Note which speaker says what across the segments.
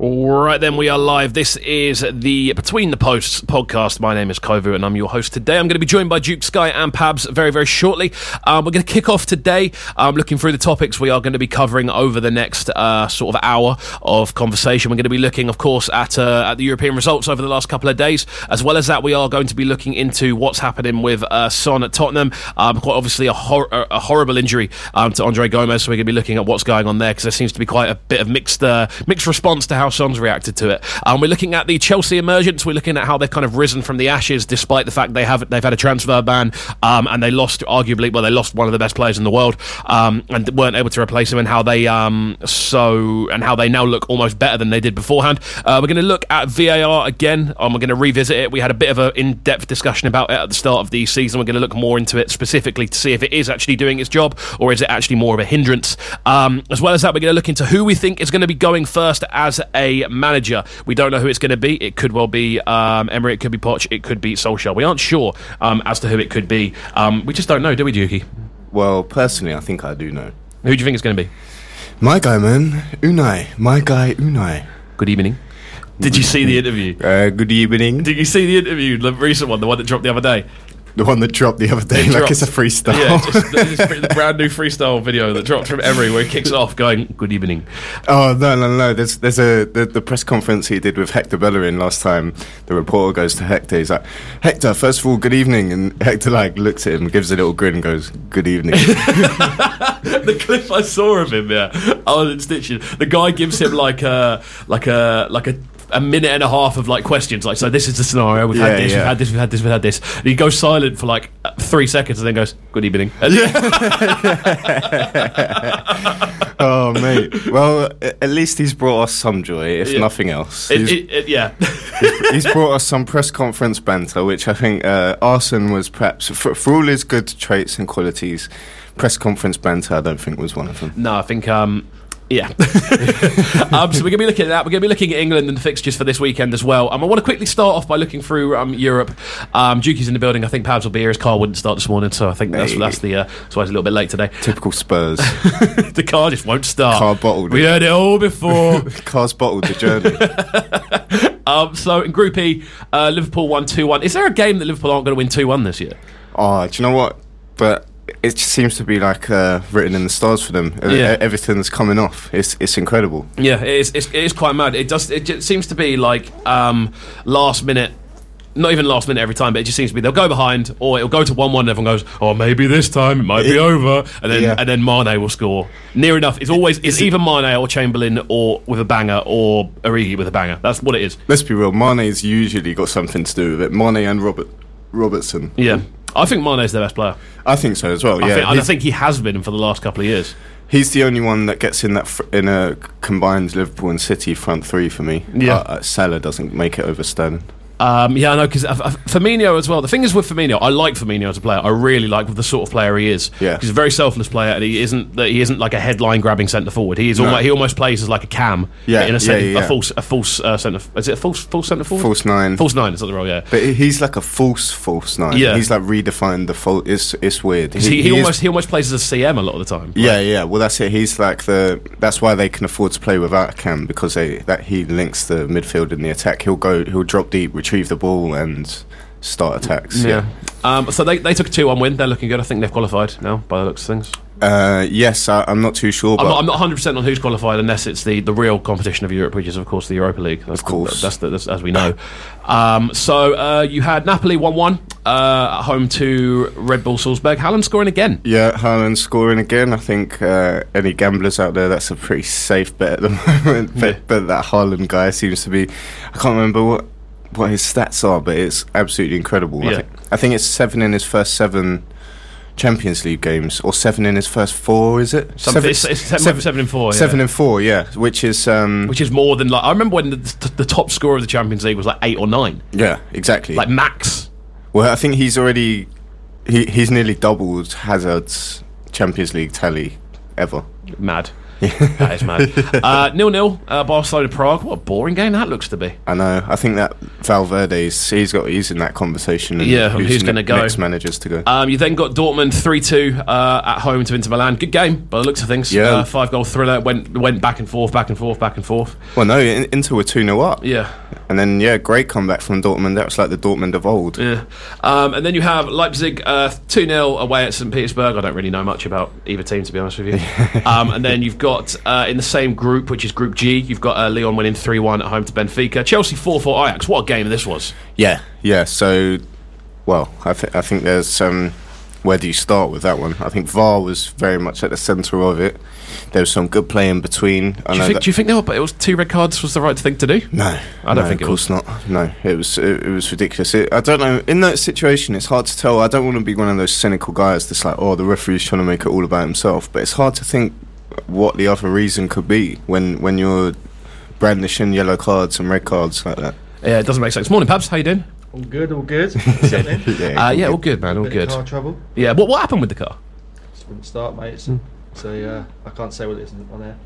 Speaker 1: All right, then we are live. This is the Between the Posts podcast. My name is Kovu, and I'm your host today. I'm going to be joined by Duke Sky and Pabs very, very shortly. Um, we're going to kick off today, um, looking through the topics we are going to be covering over the next uh, sort of hour of conversation. We're going to be looking, of course, at uh, at the European results over the last couple of days. As well as that, we are going to be looking into what's happening with uh, Son at Tottenham. Um, quite obviously, a, hor- a horrible injury um, to Andre Gomez, so we're going to be looking at what's going on there because there seems to be quite a bit of mixed uh, mixed response to how Son's reacted to it. Um, we're looking at the Chelsea emergence. We're looking at how they've kind of risen from the ashes, despite the fact they have they've had a transfer ban um, and they lost arguably well they lost one of the best players in the world um, and weren't able to replace him and how they um, so and how they now look almost better than they did beforehand. Uh, we're going to look at VAR again. Um, we're going to revisit it. We had a bit of an in depth discussion about it at the start of the season. We're going to look more into it specifically to see if it is actually doing its job or is it actually more of a hindrance. Um, as well as that, we're going to look into who we think is going to be going first as a manager. We don't know who it's going to be. It could well be um, Emery, it could be Poch, it could be Solskjaer. We aren't sure um, as to who it could be. Um, we just don't know, do we, Dookie?
Speaker 2: Well, personally, I think I do know.
Speaker 1: Who do you think it's going to be?
Speaker 2: My guy, man. Unai. My guy, Unai.
Speaker 1: Good evening. Did you see the interview?
Speaker 2: Uh, good evening.
Speaker 1: Did you see the interview, the recent one, the one that dropped the other day?
Speaker 2: The one that dropped the other
Speaker 1: It
Speaker 2: day, like
Speaker 1: dropped.
Speaker 2: it's a freestyle.
Speaker 1: Yeah, just, this is the brand new freestyle video that dropped from Emery where he kicks it off going, Good evening.
Speaker 2: oh no, no, no. There's, there's a the, the press conference he did with Hector Bellerin last time. The reporter goes to Hector. He's like, Hector, first of all, good evening. And Hector like looks at him, gives a little grin, and goes, Good evening.
Speaker 1: the clip I saw of him, yeah, I was in stitching. The guy gives him like a like a like a. A minute and a half of like questions, like so. This is the scenario. We've
Speaker 2: Yeah,
Speaker 1: had this.
Speaker 2: yeah.
Speaker 1: We've had this. We've had this. We've had this. And he goes silent for like uh, three seconds, and then goes, "Good evening."
Speaker 2: oh mate. Well, a- at least he's brought us some joy, if
Speaker 1: Yeah.
Speaker 2: nothing else.
Speaker 1: It-
Speaker 2: He's-
Speaker 1: it- it- yeah,
Speaker 2: He's brought us some press conference banter, which I think uh, Arsene was perhaps, for, for all his good traits and qualities, press conference banter, I don't think was one of them.
Speaker 1: No, I think. Um, yeah. um, so we're going to be looking at that. We're going to be looking at England and the fixtures for this weekend as well. Um, I want to quickly start off by looking through um, Europe. Um, Juki's in the building. I think Pabs will be here. His car wouldn't start this morning, so I think that's,
Speaker 2: Hey.
Speaker 1: that's the uh, that's why he's a little bit late today.
Speaker 2: Typical Spurs.
Speaker 1: the car just won't start.
Speaker 2: Car bottled
Speaker 1: We
Speaker 2: it.
Speaker 1: heard it all before.
Speaker 2: Cars bottled the journey.
Speaker 1: um, so in Group E, uh, Liverpool won two one. Is there a game that Liverpool aren't going to win two one this year?
Speaker 2: oh, do you know what? But it just seems to be like uh, written in the stars for them. E-
Speaker 1: Yeah.
Speaker 2: Everything's coming off. It's, it's incredible.
Speaker 1: Yeah, it is. It's, it is quite mad. It does. It just seems to be like um, last minute. Not even last minute every time, but it just seems to be they'll go behind, or it'll go to one-one. and Everyone goes, "Oh, maybe this time it might be over," and then
Speaker 2: Yeah.
Speaker 1: and then Mane will score near enough. It's always it's either Mane or Chamberlain or with a banger or Origi with a banger. That's what it is.
Speaker 2: Let's be real, Mane's usually got something to do with it. Mane and Robert Robertson.
Speaker 1: Yeah, I think Mane's the best player.
Speaker 2: I think so as well,
Speaker 1: I
Speaker 2: yeah.
Speaker 1: think, and I
Speaker 2: He's-
Speaker 1: think he has been for the last couple of years.
Speaker 2: He's the only one that gets in that fr- in a combined Liverpool and City front three for me.
Speaker 1: Yeah.
Speaker 2: uh, uh, Salah doesn't make it over Sterling.
Speaker 1: Um, yeah, I know because Firmino as well. The thing is with Firmino, I like Firmino as a player. I really like the sort of player he is.
Speaker 2: Yeah.
Speaker 1: he's a very selfless player, and he isn't that he isn't like a headline grabbing centre forward. He is almost, he almost plays as like a cam.
Speaker 2: Yeah,
Speaker 1: in a,
Speaker 2: yeah,
Speaker 1: centre,
Speaker 2: yeah,
Speaker 1: a
Speaker 2: yeah.
Speaker 1: false a false uh, centre. Is it a false false centre forward?
Speaker 2: False nine,
Speaker 1: false nine. Is that the role? Yeah.
Speaker 2: but he- he's like a false false nine.
Speaker 1: Yeah.
Speaker 2: he's like redefined the fault. It's it's weird.
Speaker 1: He, he,
Speaker 2: is-
Speaker 1: almost he almost plays as a CM a lot of the time.
Speaker 2: yeah, yeah. Well, that's it. He's like the. That's why they can afford to play without Cam because they that he links the midfield and the attack. He'll go. He'll drop deep, retrieve the ball, and start attacks.
Speaker 1: Um, so they, they took a two one win. They're looking good. I think they've qualified now by the looks of things.
Speaker 2: Uh, yes, I, I'm not too sure, but
Speaker 1: I'm not, I'm not 100 percent on who's qualified unless it's the, the real competition of Europe, which is of course the Europa League. That's of
Speaker 2: course.
Speaker 1: that's, the, that's as we know. Um, so uh, you had Napoli one-one uh, at home to Red Bull Salzburg. Haaland scoring again.
Speaker 2: Yeah, Haaland scoring again. I think uh, any gamblers out there, that's a pretty safe bet at the moment. but,
Speaker 1: Yeah.
Speaker 2: but that Haaland guy seems to be. I can't remember what what his stats are, but it's absolutely incredible. I,
Speaker 1: Yeah.
Speaker 2: think, I think it's seven in his first seven Champions League games, or seven in his first four. Is it
Speaker 1: Something,
Speaker 2: seven?
Speaker 1: it's, it's seven,
Speaker 2: seven-
Speaker 1: seven and four. yeah.
Speaker 2: seven and four, yeah, which is um,
Speaker 1: which is more than like I remember when the, the, the top scorer of the Champions League was like eight or nine,
Speaker 2: yeah, exactly.
Speaker 1: like max.
Speaker 2: well, I think he's already he, he's nearly doubled Hazard's Champions League tally ever.
Speaker 1: Mad. that is mad. Uh, nil nil. Uh, Barcelona Prague. What a boring game that looks to be.
Speaker 2: I know. I think that Valverde's he's got he's in that conversation. and
Speaker 1: Yeah, who's gonna go?
Speaker 2: Next managers to go.
Speaker 1: Um, you then got Dortmund three two uh, at home to Inter Milan. Good game by the looks of things.
Speaker 2: Yeah.
Speaker 1: Uh, five goal thriller. Went went back and forth, back and forth, back and forth.
Speaker 2: well, no, In- Inter were two 0 up.
Speaker 1: Yeah.
Speaker 2: and then yeah, great comeback from Dortmund. That was like the Dortmund of old.
Speaker 1: Yeah. Um, and then you have Leipzig 2 0 away at St. Petersburg. I don't really know much about either team, to be honest with you. um, and then you've got uh, in the same group, which is Group G, you've got uh, Leon winning 3 1 at home to Benfica. Chelsea 4 4 Ajax. What a game this was.
Speaker 2: Yeah, yeah. So, well, I, th- I think there's um, where do you start with that one? I think VAR was very much at the centre of it. There was some good play in between. I
Speaker 1: Do you,
Speaker 2: know
Speaker 1: think,
Speaker 2: that-
Speaker 1: do you think they were, but it was two red cards was the right thing to do?
Speaker 2: No,
Speaker 1: I don't
Speaker 2: no,
Speaker 1: think it
Speaker 2: of course not. No, it was it, it was ridiculous. It, I don't know. In that situation, it's hard to tell. I don't want to be one of those cynical guys that's like, oh, the referee's trying to make it all about himself. But it's hard to think what the other reason could be when when you're brandishing yellow cards and red cards like that.
Speaker 1: Yeah, it doesn't make sense. Morning, Pabs. How you doing?
Speaker 3: All good, all good. Something. Bit
Speaker 1: Uh, yeah, all good, man. All
Speaker 3: of
Speaker 1: good.
Speaker 3: Car trouble.
Speaker 1: Yeah, what, what happened with the car?
Speaker 3: Just wouldn't start, mate.
Speaker 1: Hmm.
Speaker 3: So, so yeah, I can't say what it isn't on air.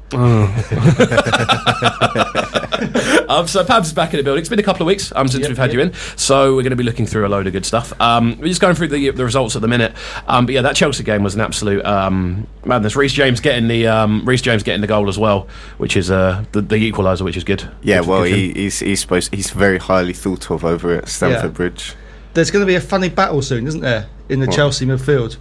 Speaker 1: Um, so Pabs is back in the building. It's been a couple of weeks um, since
Speaker 3: Yep,
Speaker 1: we've had
Speaker 3: yep.
Speaker 1: you in, so we're going to be looking through a load of good stuff. Um, we're just going through the, the results at the minute, um, but yeah, that Chelsea game was an absolute um, madness. Reece James getting the um, Reece James getting the goal as well, which is uh, the, the equaliser, which is good.
Speaker 2: Yeah,
Speaker 1: Good-
Speaker 2: well,
Speaker 1: good for him.
Speaker 2: he, he's he's supposed he's very highly thought of over at Stamford
Speaker 3: Yeah.
Speaker 2: Bridge.
Speaker 3: There's going to be a funny battle soon, isn't there, in the
Speaker 2: What?
Speaker 3: Chelsea midfield?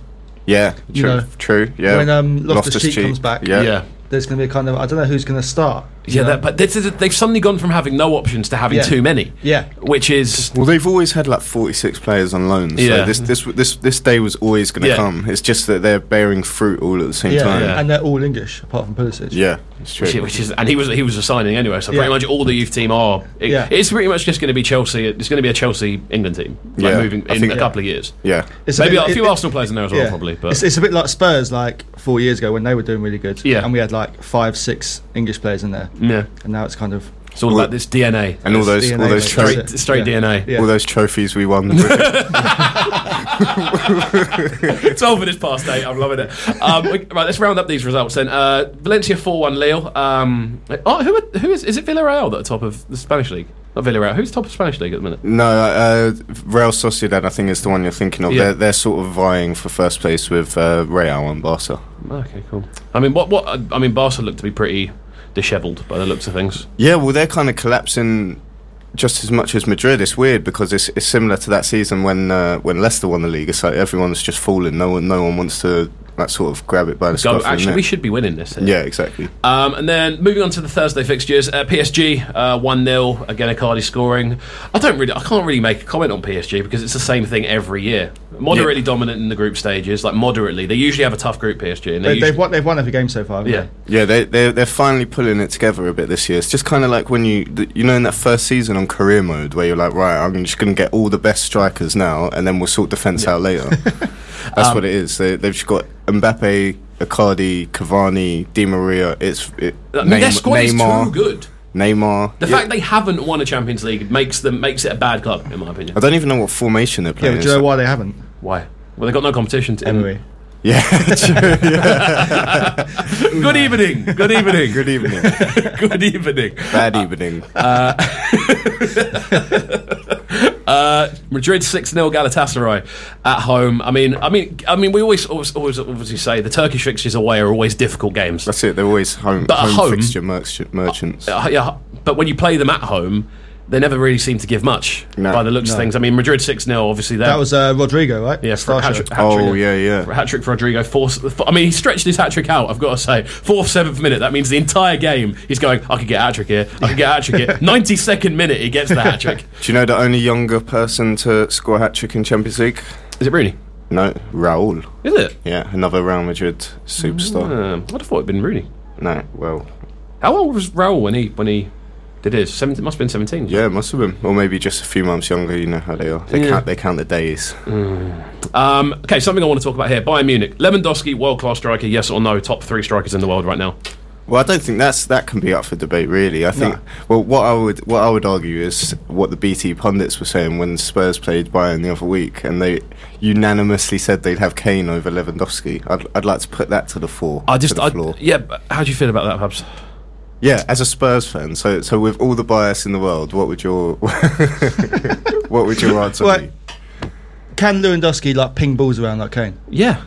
Speaker 2: Yeah, true,
Speaker 3: You know,
Speaker 2: true. Yeah,
Speaker 3: when, um, Loftus-Cheek comes back.
Speaker 2: Yeah,
Speaker 1: yeah.
Speaker 3: There's going to be a kind of I don't know who's going to start. you
Speaker 1: Yeah,
Speaker 3: know?
Speaker 1: that, but this is, they've suddenly gone from having no options to having
Speaker 3: Yeah.
Speaker 1: too many.
Speaker 3: yeah,
Speaker 1: Which is
Speaker 2: Well, they've always had like 46 players on loan. So
Speaker 1: Yeah.
Speaker 2: this this this this day was always going to
Speaker 1: Yeah.
Speaker 2: come. It's just that they're bearing fruit all at the same
Speaker 3: yeah,
Speaker 2: time.
Speaker 1: Yeah.
Speaker 2: Yeah,
Speaker 3: and they're all English apart from Pulisic.
Speaker 2: it's
Speaker 1: which is-
Speaker 2: true.
Speaker 1: which is, and he was he was a signing anyway. So pretty
Speaker 3: Yeah.
Speaker 1: much all the youth team are. it-
Speaker 3: Yeah.
Speaker 1: It's pretty much just going to be Chelsea. It's going to be a Chelsea England team. Like
Speaker 2: Yeah,
Speaker 1: moving
Speaker 2: I
Speaker 1: in
Speaker 2: think-
Speaker 1: a couple of years.
Speaker 2: Yeah,
Speaker 3: It's
Speaker 1: Maybe
Speaker 3: bit-
Speaker 1: a few
Speaker 3: it- it-
Speaker 1: Arsenal players in there as well,
Speaker 3: yeah.
Speaker 1: probably. But
Speaker 3: it's, it's a bit like Spurs, like four years ago when they were doing really good.
Speaker 1: Yeah. Mm.
Speaker 3: and we had like five, six English players in there,
Speaker 1: yeah,
Speaker 3: and now it's kind of
Speaker 1: it's all
Speaker 2: Well-
Speaker 1: about this DNA.
Speaker 2: and all
Speaker 3: It's
Speaker 2: those
Speaker 3: DNA,
Speaker 2: all those
Speaker 3: mate,
Speaker 2: tro-
Speaker 1: Straight, straight
Speaker 3: Yeah.
Speaker 1: DNA.
Speaker 3: yeah.
Speaker 2: all those trophies we won. With
Speaker 1: It's over this past eight. I'm loving it. Um, we- right, let's round up these results then. Uh, Valencia four one Lille. Um, oh, who are, who is is it Villarreal that are top of the Spanish league? Not Villarreal. Who's top of Spanish league at the minute?
Speaker 2: no, uh, Real Sociedad, I think is the one you're thinking of.
Speaker 1: Yeah.
Speaker 2: They're they're sort of vying for first place with uh, Real and Barca.
Speaker 3: Mm.
Speaker 1: Okay, cool. I mean, what what I mean, Barca looked to be pretty dishevelled by the looks of things.
Speaker 2: Yeah, well, they're kind of collapsing just as much as Madrid. It's weird because it's, it's similar to that season when uh, when Leicester won the league. It's like everyone's just falling. No one, no one wants to like sort of grab it by the
Speaker 1: Go,
Speaker 2: scruff. of the
Speaker 1: actually,
Speaker 2: neck.
Speaker 1: we should be winning this. here.
Speaker 2: yeah, exactly.
Speaker 1: Um, and then moving on to the Thursday fixtures, uh, PSG one 0 again. Icardi scoring. I don't really, I can't really make a comment on PSG because it's the same thing every year. Moderately dominant in the group stages, like moderately. They usually have a tough group PSG, and they,
Speaker 3: they,
Speaker 1: usually,
Speaker 3: they've won. They've won every game so far. haven't
Speaker 1: yeah,
Speaker 3: they?
Speaker 2: Yeah, they they they're finally pulling it together a bit this year. It's just kind of like when you th- you know in that first season on career mode where you're like, right, I'm just going to get all the best strikers now, and then we'll sort defense out later.
Speaker 1: Um,
Speaker 2: That's what it is. They, they've just got Mbappe, Icardi, Cavani, Di Maria. It's it,
Speaker 1: I mean, their
Speaker 2: Neym-
Speaker 1: squad is too good.
Speaker 2: Neymar.
Speaker 1: The
Speaker 2: Yeah.
Speaker 1: fact they haven't won a Champions League makes them makes it a bad club, in my opinion.
Speaker 2: I don't even know what formation they're
Speaker 3: yeah.
Speaker 2: playing.
Speaker 3: But do you know why they haven't?
Speaker 1: Why? Well, they've got no competition. To,
Speaker 3: Emery.
Speaker 2: Yeah. true, yeah.
Speaker 1: Good evening. Good evening.
Speaker 2: Good evening.
Speaker 1: Good evening.
Speaker 2: Bad evening.
Speaker 1: Uh, Madrid six 0 Galatasaray at home. I mean, I mean, I mean, we always, always, always obviously say the Turkish fixtures away are always difficult games.
Speaker 2: That's it. They're always home,
Speaker 1: But at
Speaker 2: home,
Speaker 1: home-
Speaker 2: fixture merchant, merchants.
Speaker 1: Uh, yeah, but when you play them at home, they never really seem to give much
Speaker 2: No.
Speaker 1: by the looks of things. I mean, Madrid six 0 obviously
Speaker 3: That was uh, Rodrigo, right?
Speaker 1: yeah, for a
Speaker 3: Star
Speaker 1: hat
Speaker 3: show.
Speaker 1: trick.
Speaker 2: oh yeah, yeah.
Speaker 1: Hat trick for Rodrigo. Four, I mean, he stretched his hat trick out. I've got to say, fourth, seventh minute. That means the entire game he's going. I could get a hat trick here. I could get a hat trick here. Ninety second minute, he gets the hat trick.
Speaker 2: Do you know the only younger person to score a hat trick in Champions League?
Speaker 1: Is it Rooney?
Speaker 2: No, Raul.
Speaker 1: Is it?
Speaker 2: Yeah, another Real Madrid superstar.
Speaker 1: Um, I'd have thought it'd been Rooney.
Speaker 2: No, well,
Speaker 1: How old was Raul when he when he did his? 17, must have been seventeen.
Speaker 2: yeah, it must have been, or maybe just a few months younger. You know how they are. They
Speaker 1: Yeah.
Speaker 2: count. They count the days.
Speaker 1: Um, okay, something I want to talk about here. Bayern Munich, Lewandowski, world class striker. Yes or no? Top three strikers in the world right now.
Speaker 2: Well, I don't think that's that can be up for debate, really. I think.
Speaker 4: No.
Speaker 2: Well, what I would what I would argue is what the BT pundits were saying when Spurs played Bayern the other week, and they unanimously said they'd have Kane over Lewandowski. I'd, I'd like to put that to the fore.
Speaker 1: I
Speaker 2: to
Speaker 1: just,
Speaker 2: the
Speaker 1: I,
Speaker 2: floor.
Speaker 1: yeah. but How do you feel about that, Pabs?
Speaker 2: yeah, as a Spurs fan. So, so with all the bias in the world, what would your what would your answer
Speaker 3: Right.
Speaker 2: be?
Speaker 3: Can Lewandowski like ping balls around like Kane?
Speaker 1: Yeah,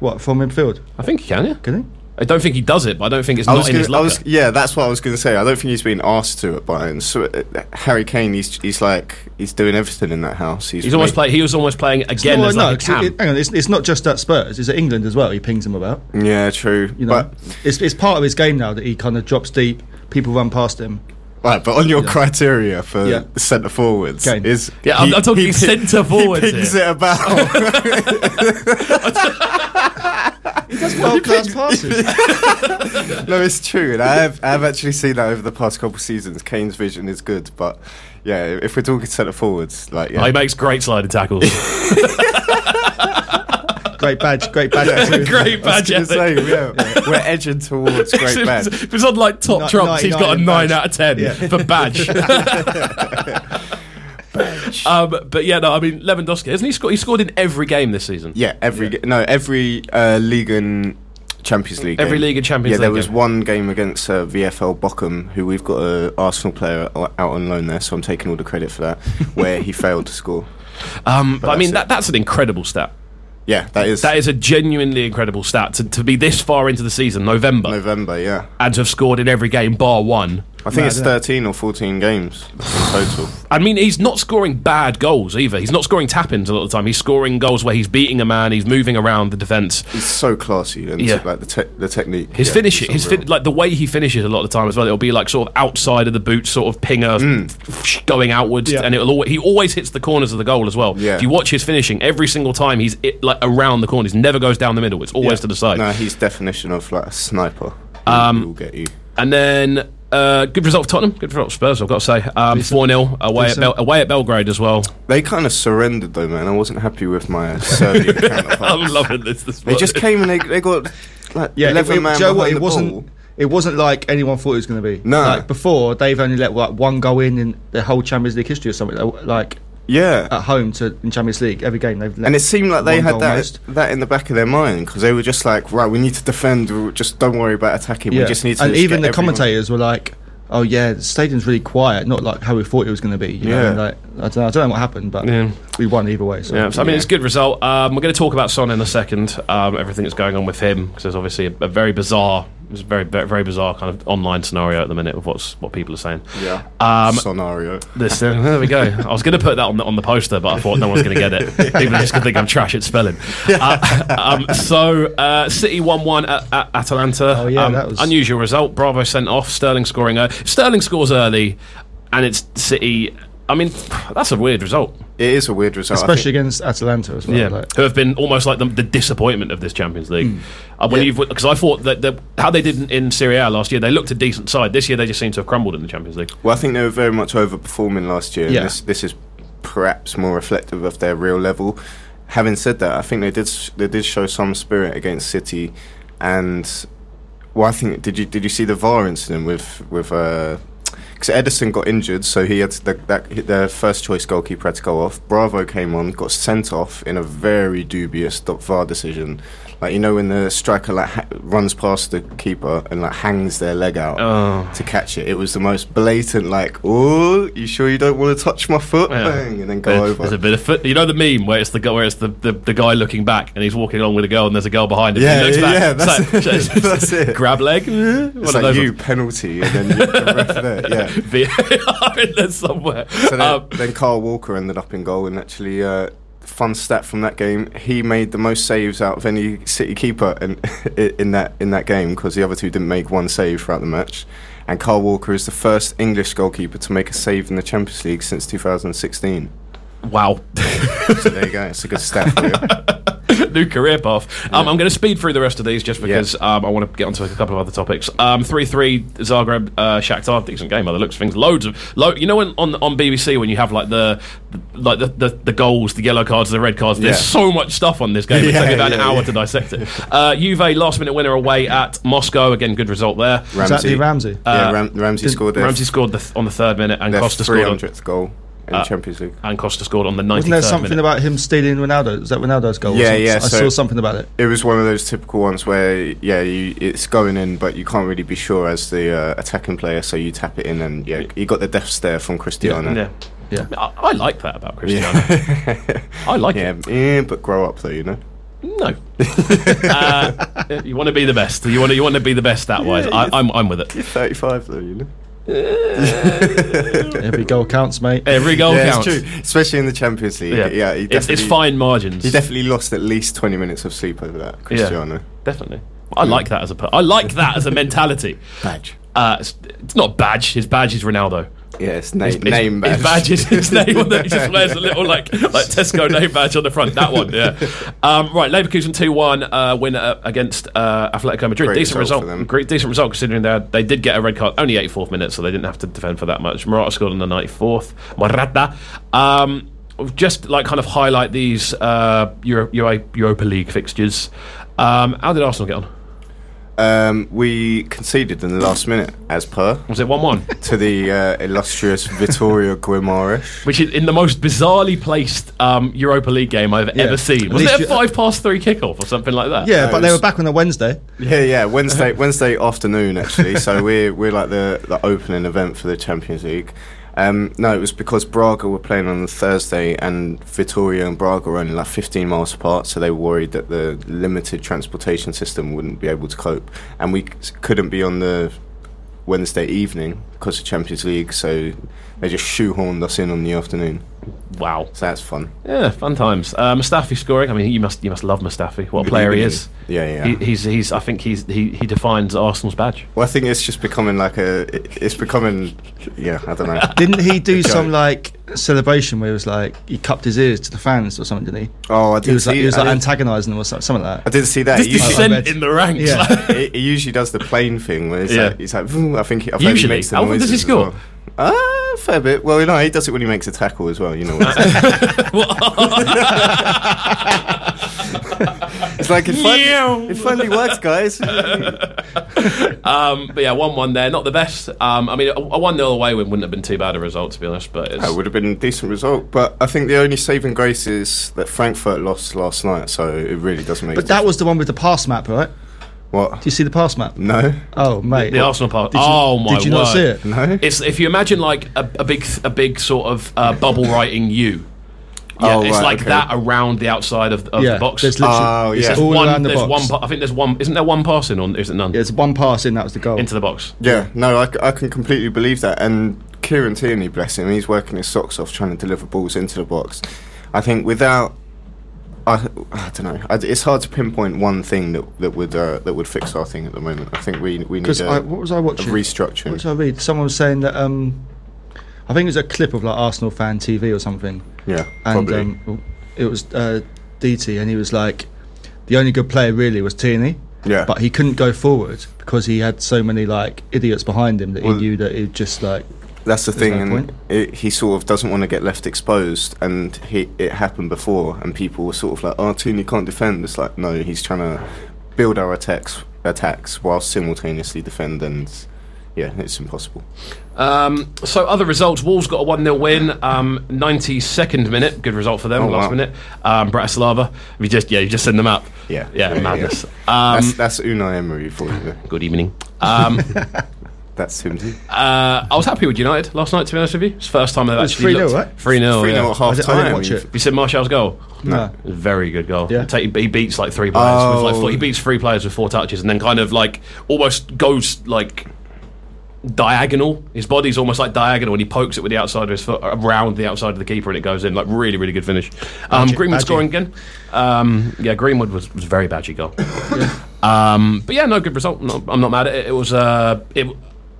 Speaker 3: What from midfield?
Speaker 1: I think he can. Yeah,
Speaker 3: Can he?
Speaker 1: I don't think he does it, but I don't think it's
Speaker 2: I
Speaker 1: not
Speaker 2: was
Speaker 1: in
Speaker 2: gonna,
Speaker 1: his
Speaker 2: I
Speaker 1: locker.
Speaker 2: was, yeah, that's what I was going to say. I don't think he's been asked to at Bayern. So, uh, Harry Kane, he's he's like he's doing everything in that house.
Speaker 1: He's almost
Speaker 2: made-
Speaker 1: playing. He was almost playing again
Speaker 3: Well,
Speaker 1: as
Speaker 3: no,
Speaker 1: like a
Speaker 3: 'cause
Speaker 1: cam.
Speaker 3: it- hang on. It's, it's not just at Spurs. It's at England as well. He pings them about.
Speaker 2: Yeah, true.
Speaker 3: You know,
Speaker 2: But
Speaker 3: it's it's part of his game now that he kind of drops deep. People run past him.
Speaker 2: Right, but on your criteria for
Speaker 3: Yeah.
Speaker 2: centre forwards
Speaker 3: Kane.
Speaker 2: is
Speaker 1: Yeah, I'm- I'm talking
Speaker 2: pi-
Speaker 1: centre forwards
Speaker 2: He pings
Speaker 1: here. Oh.
Speaker 2: it about.
Speaker 3: World class passes.
Speaker 2: no, it's true, and I have I've actually seen that over the past couple of seasons. Kane's vision is good, but yeah, if we're talking centre forwards, like yeah,
Speaker 1: Oh, He makes great sliding tackles.
Speaker 3: great badge. Great badge.
Speaker 1: great
Speaker 2: I was
Speaker 1: badge.
Speaker 2: gonna
Speaker 1: ethic.
Speaker 2: say, yeah, we're edging towards great badge.
Speaker 1: If it's on like top
Speaker 3: Ni-
Speaker 1: trumps, he's got a
Speaker 3: 99
Speaker 1: nine out of ten
Speaker 3: Yeah.
Speaker 1: for badge. um, but yeah, no, I mean Lewandowski hasn't he scored? He scored in every game this season.
Speaker 2: Yeah, every ga- no, every uh, league and Champions League.
Speaker 1: Every
Speaker 2: game.
Speaker 1: league and Champions
Speaker 2: Yeah, there
Speaker 1: League
Speaker 2: was
Speaker 1: game.
Speaker 2: one game against uh, VFL Bochum, who we've got a Arsenal player o- out on loan there, so I'm taking all the credit for that, where he failed to score.
Speaker 1: Um, but I
Speaker 2: that's
Speaker 1: mean
Speaker 2: it.
Speaker 1: that, that's an incredible stat.
Speaker 2: Yeah, that is
Speaker 1: That is a genuinely incredible stat to, to be this far into the season, November,
Speaker 2: November. Yeah,
Speaker 1: and to have scored in every game bar one.
Speaker 2: I think
Speaker 3: Mad,
Speaker 2: it's
Speaker 3: isn't it?
Speaker 2: 13 or 14 games total.
Speaker 1: I mean, he's not scoring bad goals either. He's not scoring tap-ins a lot of the time. He's scoring goals where he's beating a man, he's moving around the defense.
Speaker 2: He's so classy, and
Speaker 1: Yeah.
Speaker 2: like the te- the technique.
Speaker 1: His
Speaker 2: yeah,
Speaker 1: finish,
Speaker 2: it's
Speaker 1: his fin-
Speaker 2: unreal.
Speaker 1: like the way he finishes a lot of the time as well. It'll be like sort of outside of the boot, sort of pinger going outwards,
Speaker 3: Yeah.
Speaker 1: and it'll always, he always hits the corners of the goal as well.
Speaker 2: Yeah.
Speaker 1: If you watch his finishing, every single time he's it, like around the corners, never goes down the middle. It's always
Speaker 3: Yeah.
Speaker 1: to the side.
Speaker 2: no, he's definition of like a sniper. Um, will get you.
Speaker 1: And then uh, good result for Tottenham, good result for Spurs. I've got to say, um, four 0 away at
Speaker 3: Decent.
Speaker 1: Bel- away at Belgrade as well.
Speaker 2: They kind of surrendered though, man. I wasn't happy with my Serbian counterpart.
Speaker 1: I'm loving this. this
Speaker 2: They just came and they, they got like
Speaker 3: Yeah, it,
Speaker 2: eleven
Speaker 3: it,
Speaker 2: man
Speaker 3: do you know
Speaker 2: behind
Speaker 3: what,
Speaker 2: the
Speaker 3: it wasn't.
Speaker 2: ball.
Speaker 3: It wasn't like anyone thought it was going to be.
Speaker 2: No.
Speaker 3: like before they've only let like one go in in the whole Champions League history or something. Like
Speaker 2: Yeah,
Speaker 3: at home to in Champions League, every game they've. Let
Speaker 2: and it seemed like they
Speaker 3: Ah, one
Speaker 2: had
Speaker 3: goal
Speaker 2: that
Speaker 3: most.
Speaker 2: that in the back of their mind because they were just like, right, we need to defend. we Just don't worry about attacking. We just need to.
Speaker 3: and
Speaker 2: just
Speaker 3: even the
Speaker 2: get everyone-
Speaker 3: commentators were like, "Oh yeah, the stadium's really quiet, not like how we thought it was going to be." You
Speaker 2: Yeah.
Speaker 3: know? like I don't, know, I don't know what happened, but
Speaker 1: Yeah.
Speaker 3: we won either way. So.
Speaker 1: Yeah, so, I mean, it's a good result. Um, we're going to talk about Son in a second, um, everything that's going on with him, because there's obviously a, a very bizarre, it's a very, very, very bizarre kind of online scenario at the minute of what's what people are saying.
Speaker 2: Yeah.
Speaker 1: Um,
Speaker 2: scenario.
Speaker 1: This, uh, there we go. I was going to put that on the, on the poster, but I thought no one's going to get it. People are just going to think I'm trash at spelling. Uh, um, so, uh, City 1 1 at, at Atalanta.
Speaker 3: Oh, yeah,
Speaker 1: Um,
Speaker 3: that was-
Speaker 1: Unusual result. Bravo sent off. Sterling scoring. Uh, Sterling scores early, and it's City. I mean, that's a weird result.
Speaker 2: It is a weird result, I think.
Speaker 3: especially against Atalanta as well.
Speaker 1: Yeah,
Speaker 3: like-
Speaker 1: who have been almost like the, the disappointment of this Champions League. Uh, I believe because I thought that the, how they did in, in Serie A last year, they looked a decent side. This year, they just seem to have crumbled in the Champions League.
Speaker 2: Well, I think they were very much overperforming last year. and
Speaker 3: Yeah.
Speaker 2: This, this is perhaps more reflective of their real level. Having said that, I think they did s- they did show some spirit against City, and well, I think did you did you see the VAR incident with with uh, because Edison got injured, so he had to, that, that their first choice goalkeeper had to go off. Bravo came on, got sent off in a very dubious do- VAR decision. Like you know when the striker like ha- runs past the keeper and like hangs their leg out
Speaker 1: Oh.
Speaker 2: to catch it. It was the most blatant, like, "Oh, you sure you don't want to touch my foot?"
Speaker 1: Yeah.
Speaker 2: Bang, and then go
Speaker 1: There's-
Speaker 2: over.
Speaker 1: There's a bit of foot. You know the meme where it's the guy, where it's the, the, the guy looking back and he's walking along with a girl and there's a girl behind him.
Speaker 2: Yeah,
Speaker 1: he looks back,
Speaker 2: yeah,
Speaker 1: it's
Speaker 2: that's
Speaker 1: like-
Speaker 2: it. That's it.
Speaker 1: Grab leg. One
Speaker 2: it's
Speaker 1: of
Speaker 2: like
Speaker 1: those
Speaker 2: you
Speaker 1: ones.
Speaker 2: penalty, and then you, the ref there. Yeah.
Speaker 1: VAR in there somewhere.
Speaker 2: So then,
Speaker 1: um,
Speaker 2: then Carl Walker ended up in goal, and actually, uh, fun stat from that game: he made the most saves out of any City keeper in in that in that game because the other two didn't make one save throughout the match. And Carl Walker is the first English goalkeeper to make a save in the Champions League since 2016.
Speaker 1: wow. Uh,
Speaker 2: So there you go. It's a good stat for you.
Speaker 1: new career path. Um, I'm going to speed through the rest of these just because um, I want to get onto a couple of other topics. Um, three three Zagreb uh, Shakhtar, decent game by the looks of things. Loads of lo- you know when on on BBC when you have like the like the, the, the goals, the yellow cards, the red cards. There's
Speaker 2: Yeah.
Speaker 1: so much stuff on this game. It
Speaker 2: Yeah,
Speaker 1: took me about an
Speaker 2: yeah,
Speaker 1: hour
Speaker 2: yeah.
Speaker 1: to dissect it. Uh, Juve last minute winner away at Moscow again. Good result there.
Speaker 2: Ramsey.
Speaker 3: Exactly, Ramsey.
Speaker 2: yeah, Ram- Ramsey scored their,
Speaker 1: Ramsey scored the th- on the third minute, and
Speaker 2: their
Speaker 1: Costa scored. On, Uh,
Speaker 2: 300th goal in Champions League.
Speaker 1: and Costa scored on the 93rd
Speaker 3: Wasn't there something
Speaker 1: minute.
Speaker 3: about him stealing Ronaldo? Is that Ronaldo's goal? or
Speaker 2: Yeah,
Speaker 3: something?
Speaker 2: yeah,
Speaker 3: I
Speaker 2: so-
Speaker 3: saw something about it.
Speaker 2: It was one of those typical ones where, yeah, you, it's going in, but you can't really be sure as the uh, attacking player, so you tap it in, and yeah, you got the death stare from Cristiano.
Speaker 1: yeah.
Speaker 3: Yeah.
Speaker 1: I, I like that about Cristiano. I like
Speaker 2: Yeah,
Speaker 1: it.
Speaker 2: yeah, but grow up though, you know.
Speaker 1: No, uh, you want to be the best. You want to. You want to be the best that way. I, I'm. I'm with it.
Speaker 2: You're 35 though, you know.
Speaker 3: Every goal counts, mate.
Speaker 1: Every goal
Speaker 2: yeah,
Speaker 1: counts.
Speaker 2: it's true, especially in the Champions League. Yeah, he
Speaker 1: Oh, it's, it's
Speaker 2: definitely-
Speaker 1: fine margins.
Speaker 2: He definitely lost at least 20 minutes of sleep over that, Cristiano.
Speaker 1: Definitely. I like that as a. per- I like that as a mentality.
Speaker 2: Badge.
Speaker 1: Uh, it's, it's not badge. His badge is Ronaldo.
Speaker 2: Yeah, it's name,
Speaker 1: His-
Speaker 2: name badge.
Speaker 1: His badge is his name on the, he just wears a little like like Tesco name badge on the front. That one, yeah. Um, right, Leverkusen two one uh, win uh, against uh, Atletico Madrid.
Speaker 2: Great
Speaker 1: decent result.
Speaker 2: result for them.
Speaker 1: Great decent result considering they had- they did get a red card only 84th minute, so they didn't have to defend for that much. Morata scored on the 94th. Morata. Um, just like kind of highlight these uh, Euro, Euro, Europa League fixtures. Um, how did Arsenal get on?
Speaker 2: Um, we conceded in the last minute, as per,
Speaker 1: Was it one one?
Speaker 2: to the uh, illustrious Vittorio Guimaraes.
Speaker 1: Which is in the most bizarrely placed um, Europa League game I've ever seen. Was
Speaker 3: least
Speaker 1: it a
Speaker 3: you-
Speaker 1: five past three kickoff or something like that?
Speaker 3: Yeah, but they
Speaker 2: Those-
Speaker 3: were back on a Wednesday.
Speaker 2: Yeah, yeah. Wednesday, Wednesday afternoon, actually. So we're we're like the the opening event for the Champions League. Um, no, it was because Braga were playing on the Thursday, and Vittoria and Braga were only like 15 miles apart, so they were worried that the limited transportation system wouldn't be able to cope, and we c- couldn't be on the Wednesday evening because of Champions League, so they just shoehorned us in on the afternoon.
Speaker 1: Wow.
Speaker 2: So that's fun.
Speaker 1: Yeah, fun times. Uh, Mustafi scoring. I mean, you must you must love Mustafi. What a player he is.
Speaker 2: Yeah, yeah.
Speaker 1: He, he's he's. I think he's he, he defines Arsenal's badge.
Speaker 2: Well, I think it's just becoming like a. it- It's becoming. Yeah, I don't know.
Speaker 3: Didn't he do some like celebration where he was like he cupped his ears to the fans or something? Didn't he?
Speaker 2: Oh, I did
Speaker 3: He was like
Speaker 2: see
Speaker 3: he was
Speaker 2: I
Speaker 3: like
Speaker 2: didn't-
Speaker 3: antagonising them or something, something like
Speaker 2: I
Speaker 3: that.
Speaker 2: didn't see that. He usually,
Speaker 3: I
Speaker 1: Descent
Speaker 3: bet.
Speaker 1: in the ranks.
Speaker 3: Yeah.
Speaker 2: he- he usually does the plane thing where he's
Speaker 1: Yeah.
Speaker 2: like, he's like "Vroom," I think. He, I think
Speaker 1: Usually.
Speaker 2: he makes the
Speaker 1: How often does he
Speaker 2: noises as
Speaker 1: score?
Speaker 2: Well. Ah, a fair bit. Well, you know, he does it when he makes a tackle as well. You know, what it's like it finally,
Speaker 1: Meow.
Speaker 2: it finally works, guys.
Speaker 1: um, but yeah, one one there. Not the best. Um, I mean, a- a one 0 away win wouldn't have been too bad a result to be honest. But it's,
Speaker 2: That would have been a decent result, but I think the only saving grace is that Frankfurt lost last night, so it really doesn't make.
Speaker 3: But that was the one with the pass map, right? Do
Speaker 2: what?
Speaker 3: you see the pass map?
Speaker 2: No,
Speaker 3: Oh, mate.
Speaker 1: the Arsenal part.
Speaker 3: you-
Speaker 1: oh my
Speaker 3: did you
Speaker 1: word!
Speaker 3: not see it?
Speaker 2: no.
Speaker 1: It's if you imagine like a, a big a big sort of uh, bubble writing U. Yeah,
Speaker 2: Oh,
Speaker 1: it's
Speaker 2: right,
Speaker 1: like
Speaker 2: okay.
Speaker 1: that around the outside of, of
Speaker 3: yeah,
Speaker 1: the box.
Speaker 3: There's literally
Speaker 2: Oh,
Speaker 3: it's
Speaker 2: yeah.
Speaker 3: all
Speaker 1: one,
Speaker 3: around the
Speaker 1: there's
Speaker 3: box.
Speaker 1: one. pa- I think there's one. Isn't there one passing on? Is it none?
Speaker 3: Yeah, it's one pass in. That was the goal.
Speaker 1: Into the box.
Speaker 2: Yeah, no, I, c- I can completely believe that. And Kieran Tierney, bless him, he's working his socks off trying to deliver balls into the box. I think without, I, I don't know, I, it's hard to pinpoint one thing that that would uh, that would fix our thing at the moment. I think we we need
Speaker 3: Because
Speaker 2: a,
Speaker 3: I, what was I
Speaker 2: a
Speaker 3: watching?
Speaker 2: restructuring.
Speaker 3: What did I read? Someone was saying that. Um, I think it was a clip of like Arsenal fan TV or something,
Speaker 2: yeah,
Speaker 3: and
Speaker 2: probably.
Speaker 3: um, it was uh, DT, and he was like, the only good player really was Tierney,
Speaker 2: yeah,
Speaker 3: but he couldn't go forward because he had so many like idiots behind him that he
Speaker 2: Well-
Speaker 3: knew that he'd just like.
Speaker 2: That's the thing,
Speaker 3: no
Speaker 2: and
Speaker 3: point.
Speaker 2: it, he sort of doesn't want to get left exposed. And he, it happened before, and people were sort of like, "Oh, Tooney can't defend." It's like, no, he's trying to build our attacks, attacks while simultaneously defend, and yeah, it's impossible.
Speaker 1: Um, so other results: Wolves got a one 0 win, um, 92nd minute, good result for them.
Speaker 2: Oh,
Speaker 1: last
Speaker 2: wow.
Speaker 1: minute, um, Bratislava. We just yeah, you just send them up.
Speaker 2: Yeah,
Speaker 1: yeah,
Speaker 2: yeah,
Speaker 1: madness. Um,
Speaker 2: that's, that's Unai Emery for you.
Speaker 1: good evening. Um,
Speaker 2: That's him. Too.
Speaker 1: uh, I was happy with United last night. To be honest with you, it's the first time I've
Speaker 3: was
Speaker 1: actually
Speaker 3: 3-0,
Speaker 1: looked
Speaker 3: right?
Speaker 1: three 0
Speaker 2: Three nil
Speaker 1: Oh, yeah.
Speaker 2: at half
Speaker 3: didn't- I
Speaker 2: time.
Speaker 3: didn't watch it.
Speaker 1: You said Martial's goal.
Speaker 3: No.
Speaker 1: Very good goal.
Speaker 3: Yeah.
Speaker 1: Ta- he beats like three players with like
Speaker 2: Oh.
Speaker 1: four, he beats three players with four touches and then kind of like almost goes like diagonal. His body's almost like diagonal and he pokes it with the outside of his foot around the outside of the keeper and it goes in. Like really, really good finish. Um,
Speaker 3: Badgy-
Speaker 1: Greenwood
Speaker 3: badgy.
Speaker 1: scoring again. Um, yeah, Greenwood was, was a very badgy goal. Um, but yeah, no good result. I'm not, I'm not mad at it. It was. Uh, it,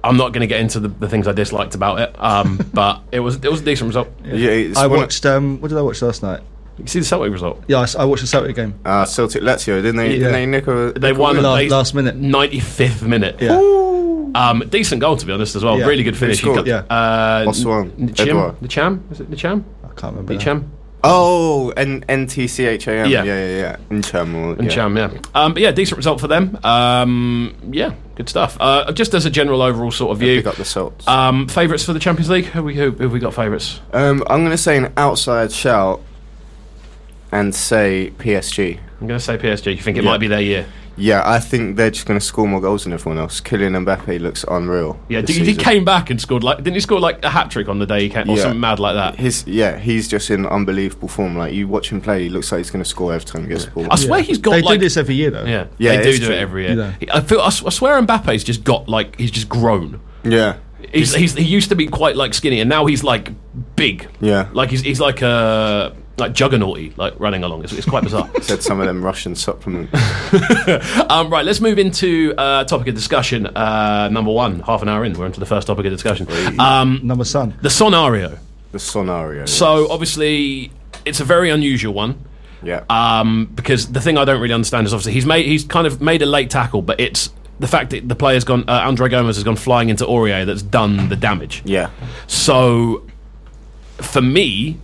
Speaker 1: I'm not going to get into the, the things I disliked about it, um, but it was it was a decent result.
Speaker 2: Yeah, it's
Speaker 3: I
Speaker 2: one-
Speaker 3: watched. Um, what did I watch last night?
Speaker 1: You see the Celtic result?
Speaker 3: Yeah, I, s- I watched the Celtic game.
Speaker 2: Uh, Celtic Lazio, didn't they?
Speaker 3: Yeah.
Speaker 2: Didn't they nick a,
Speaker 1: They
Speaker 2: nick a
Speaker 1: won
Speaker 2: win?
Speaker 3: La-
Speaker 1: they-
Speaker 3: last minute.
Speaker 1: 95th minute.
Speaker 3: Yeah.
Speaker 1: Um, decent goal to be honest as well.
Speaker 3: Yeah.
Speaker 1: Really good finish.
Speaker 2: scored?
Speaker 1: He got- Uh,
Speaker 2: What's the one?
Speaker 1: Nicham?
Speaker 2: Edouard.
Speaker 1: Nicham? Is it Nicham?
Speaker 3: I can't remember. now.
Speaker 1: Nicham?
Speaker 2: Oh, N N T C H A M.
Speaker 1: Yeah.
Speaker 2: Yeah, yeah, yeah. Incham. Or,
Speaker 1: And
Speaker 2: yeah.
Speaker 1: Cham, yeah. Um, but yeah, decent result for them. Um, yeah, good stuff. Uh, just as a general overall sort of view.
Speaker 2: Pick up the salts.
Speaker 1: Um, favourites for the Champions League? Who, we, who, who have we got favourites?
Speaker 2: Um, I'm going to say an outside shout and say PSG.
Speaker 1: I'm going to say PSG. You think it
Speaker 2: Yeah.
Speaker 1: might be their year?
Speaker 2: Yeah, I think they're just going to score more goals than everyone else. Kylian Mbappe looks unreal.
Speaker 1: Yeah,
Speaker 2: this
Speaker 1: d- he
Speaker 2: season.
Speaker 1: came back and scored like didn't he score like a hat trick on the day he came or
Speaker 2: Yeah.
Speaker 1: something mad like that?
Speaker 2: His yeah, he's just in unbelievable form. Like you watch him play, he looks like he's going to score every time he gets the ball.
Speaker 1: I swear he's got
Speaker 3: They
Speaker 1: like
Speaker 3: do this every year though.
Speaker 1: yeah,
Speaker 2: Yeah,
Speaker 1: they do
Speaker 2: it's
Speaker 1: do it
Speaker 2: true.
Speaker 1: every year.
Speaker 3: Yeah.
Speaker 1: He- I feel I, s- I swear Mbappe's just got like he's just grown.
Speaker 2: Yeah,
Speaker 1: He's, he's he used to be quite like skinny and now he's like big.
Speaker 2: Yeah.
Speaker 1: like he's he's like a like juggernauty like running along. It's, it's quite bizarre.
Speaker 2: said some of them Russian supplements.
Speaker 1: Um, right, let's move into uh, topic of discussion uh, number one. Half an hour in, we're into the first topic of discussion. Um,
Speaker 3: Mm. Number son.
Speaker 1: the Sonario.
Speaker 2: the Sonario.
Speaker 1: So obviously, it's a very unusual one
Speaker 2: yeah,
Speaker 1: um, because the thing I don't really understand is obviously he's made he's kind of made a late tackle, but it's the fact that the player's gone. Uh, Andre Gomez has gone flying into Aurier that's done the damage.
Speaker 2: yeah.
Speaker 1: So, for me,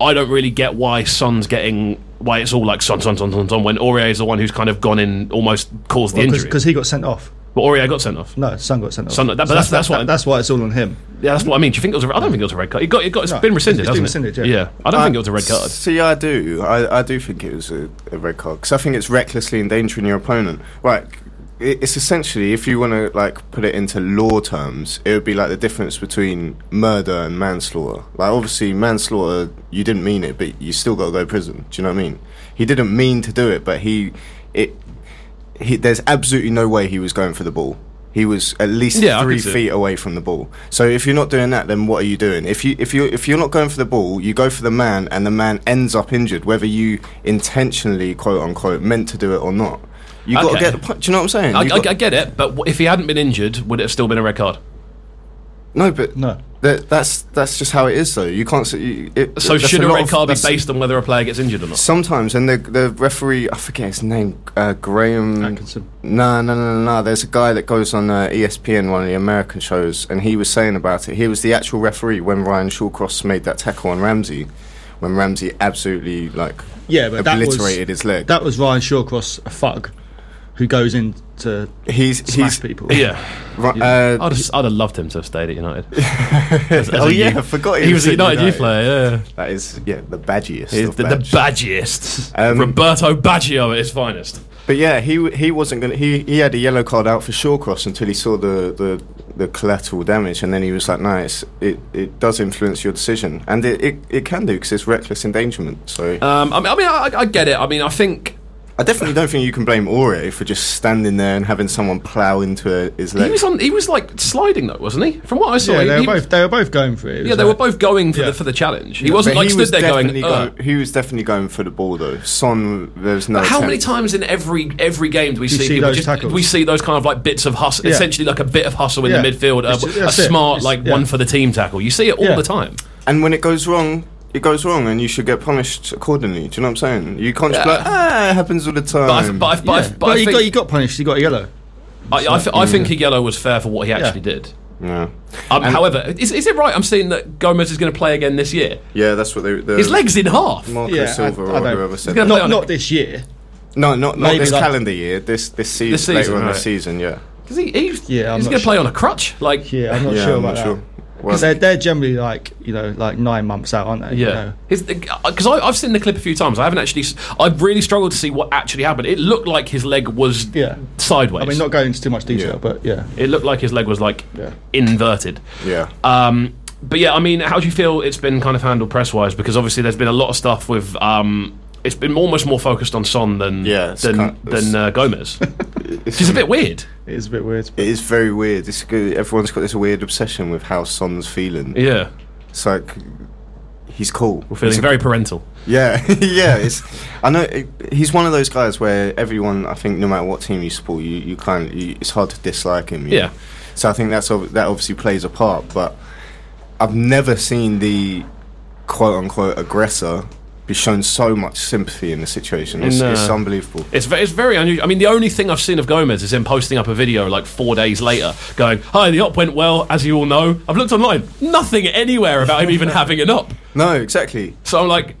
Speaker 1: I don't really get why Son's getting why it's all like Son, Son, Son, Son, Son when Aurier is the one who's kind of gone in almost caused the injury.
Speaker 3: Because he got sent off.
Speaker 1: but Aurier got sent off.
Speaker 3: No, son got sent off.
Speaker 1: Son- that- but
Speaker 3: So
Speaker 1: that's- that's why-
Speaker 3: that's why it's all on him.
Speaker 1: Yeah, that's what I mean. Do you think it was? A, I don't think it was a red card. It got. It got. It's
Speaker 3: No,
Speaker 1: been rescinded.
Speaker 3: it's been
Speaker 1: hasn't it?
Speaker 3: rescinded, yeah.
Speaker 1: I don't think it was a red card.
Speaker 2: Uh, See, I do. I, I do think it was a, a red card because I think it's recklessly endangering your opponent. Right. it- It's essentially, if you want to like put it into law terms, it would be like the difference between murder and manslaughter. Like obviously, manslaughter, you didn't mean it, but you still got to go to prison. Do you know what I mean? He didn't mean to do it, but he, it, he, there's absolutely no way he was going for the ball. He was at least
Speaker 1: Yeah, I
Speaker 2: three
Speaker 1: can see it.
Speaker 2: feet away from the ball. So if you're not doing that, then what are you doing? If you if you if you're not going for the ball, you go for the man, and the man ends up injured, whether you intentionally quote unquote meant to do it or not. You got
Speaker 1: Okay.
Speaker 2: to get the point. Do you know what I'm saying?
Speaker 1: I,
Speaker 2: You
Speaker 1: I-
Speaker 2: got-
Speaker 1: I get it, but w- if he hadn't been injured, would it have still been a red card?
Speaker 2: no, but
Speaker 3: No.
Speaker 2: That, that's that's just how it is, though. You can't. s- You, it,
Speaker 1: So
Speaker 2: that's
Speaker 1: should a
Speaker 2: lot
Speaker 1: red
Speaker 2: of-
Speaker 1: card be
Speaker 2: that's-
Speaker 1: based on whether a player gets injured or not?
Speaker 2: Sometimes, and the the referee, I forget his name, uh, Graham.
Speaker 3: Atkinson.
Speaker 2: No, no, no, no, no. There's a guy that goes on uh, ESPN, one of the American shows, and he was saying about it. He was the actual referee when Ryan Shawcross made that tackle on Ramsey, when Ramsey absolutely like
Speaker 3: Yeah, but that was-
Speaker 2: obliterated his leg.
Speaker 3: That was Ryan Shawcross, a thug, who goes in to
Speaker 2: he's
Speaker 3: smash
Speaker 2: he's
Speaker 3: people.
Speaker 1: Yeah,
Speaker 2: Ri- uh,
Speaker 1: I'd have, I'd have loved him to have stayed at United. As- as
Speaker 2: Oh,
Speaker 1: a
Speaker 2: yeah,
Speaker 1: youth.
Speaker 2: I forgot
Speaker 1: he, was a United, youth player. Yeah,
Speaker 2: that is yeah the badgiest.
Speaker 1: He's
Speaker 2: of
Speaker 1: the, the
Speaker 2: badge.
Speaker 1: badgiest,
Speaker 2: Um,
Speaker 1: Roberto Baggio at his finest.
Speaker 2: But yeah, he w- he wasn't gonna. He, he had a yellow card out for Shawcross until he saw the, the, the collateral damage, and then he was like, "No, it's, it it does influence your decision, and it, it, it can do because it's reckless endangerment." So
Speaker 1: Um, I mean, I, mean I, I get it. I mean, I think
Speaker 2: I definitely don't think you can blame Aurier for just standing there and having someone plough into his
Speaker 1: he
Speaker 2: leg.
Speaker 1: was on. He was like sliding though, wasn't he? From what I saw,
Speaker 3: Yeah,
Speaker 1: he,
Speaker 3: they were
Speaker 1: he was-
Speaker 3: both they were both going for it. It
Speaker 1: yeah,
Speaker 3: was
Speaker 1: they were
Speaker 3: like-
Speaker 1: both going for
Speaker 3: Yeah.
Speaker 1: the for the challenge. He wasn't
Speaker 2: But
Speaker 1: like
Speaker 2: he
Speaker 1: stood
Speaker 2: was
Speaker 1: there going.
Speaker 2: definitely
Speaker 1: "Uh."
Speaker 2: go- he was definitely going for the ball though. Son, there's no.
Speaker 1: But how many
Speaker 2: attempt.
Speaker 1: times in every every game do we see,
Speaker 3: see
Speaker 1: people
Speaker 3: those
Speaker 1: just,
Speaker 3: tackles?
Speaker 1: we see those kind of like bits of hustle,
Speaker 3: Yeah.
Speaker 1: essentially like a bit of hustle in
Speaker 3: Yeah.
Speaker 1: the midfield,
Speaker 3: It's
Speaker 1: a,
Speaker 3: ju-
Speaker 1: a
Speaker 3: that's it.
Speaker 1: smart
Speaker 3: It's-
Speaker 1: like
Speaker 3: yeah.
Speaker 1: one for the team tackle. You see it all
Speaker 3: Yeah.
Speaker 1: the time.
Speaker 2: And when it goes wrong, it goes wrong, and you should get punished accordingly. Do you know what I'm saying? You can't just be like, ah, it happens all the time.
Speaker 1: But I, th- but I, th- but I,
Speaker 3: Yeah.
Speaker 1: th-
Speaker 3: But,
Speaker 1: but I
Speaker 3: he,
Speaker 1: think,
Speaker 3: got, he got punished. He got a yellow.
Speaker 1: I, I, th- I think a yellow was fair for what he actually did.
Speaker 2: yeah.
Speaker 1: Um, however, is, is it right? I'm seeing that Gomez is going to play again this year.
Speaker 2: Yeah, that's what they. The
Speaker 1: His legs in half.
Speaker 2: Marco
Speaker 3: Yeah, I-
Speaker 2: Silva
Speaker 3: I
Speaker 2: or
Speaker 3: don't-
Speaker 2: whoever said
Speaker 1: He's gonna
Speaker 2: that.
Speaker 1: play
Speaker 3: Not
Speaker 1: on
Speaker 3: not
Speaker 1: it.
Speaker 3: this year.
Speaker 2: No, not, not
Speaker 3: Maybe
Speaker 2: this
Speaker 3: like-
Speaker 2: calendar year. This this season,
Speaker 1: This season,
Speaker 2: later on
Speaker 1: right.
Speaker 2: this season. Yeah.
Speaker 1: 'Cause he, he,
Speaker 3: Yeah, I'm
Speaker 1: he's
Speaker 3: not
Speaker 1: going to play
Speaker 3: sure.
Speaker 1: on a crutch. Like
Speaker 3: Yeah, I'm not
Speaker 2: yeah,
Speaker 3: sure
Speaker 2: I'm
Speaker 3: about
Speaker 2: not
Speaker 3: that.
Speaker 2: sure.
Speaker 3: 'Cause
Speaker 2: Well-
Speaker 3: they're, they're generally like you know like nine months out, aren't they? You
Speaker 1: Yeah,
Speaker 3: know?
Speaker 1: because I've seen the clip a few times. I haven't actually. s- I've really struggled to see what actually happened. It looked like his leg was
Speaker 3: Yeah.
Speaker 1: sideways.
Speaker 3: I mean, not going into too much detail,
Speaker 2: Yeah.
Speaker 3: but yeah.
Speaker 1: It looked like his leg was like
Speaker 3: Yeah.
Speaker 1: inverted.
Speaker 2: Yeah.
Speaker 3: Ah,
Speaker 1: Um, but yeah, I mean, how do you feel it's been kind of handled press wise? Because obviously there's been a lot of stuff with. Um, it's been almost more focused on Son than
Speaker 2: Yeah, it's
Speaker 1: than
Speaker 2: kind-
Speaker 1: than uh, Gomez. Which is a bit weird.
Speaker 3: It is a bit weird.
Speaker 2: it is very weird. It's good. Everyone's got this weird obsession with how Son's feeling.
Speaker 1: Yeah,
Speaker 2: It's like he's cool.
Speaker 1: we're feeling very parental.
Speaker 2: Yeah, yeah. It's I know it, he's one of those guys where everyone, I think, no matter what team you support, you you kind of, you, it's hard to dislike him. you
Speaker 1: Yeah.
Speaker 2: know? So I think that's ob- that obviously plays a part, but I've never seen the quote unquote aggressor be shown so much sympathy in the situation. It's,
Speaker 1: No.
Speaker 2: it's unbelievable.
Speaker 1: It's very, it's very unusual. I mean, the only thing I've seen of Gomez is him posting up a video like four days later, going, "Hi, the op went well, as you all know." I've looked online, nothing anywhere about him even having an op.
Speaker 2: No, exactly.
Speaker 1: So I'm like,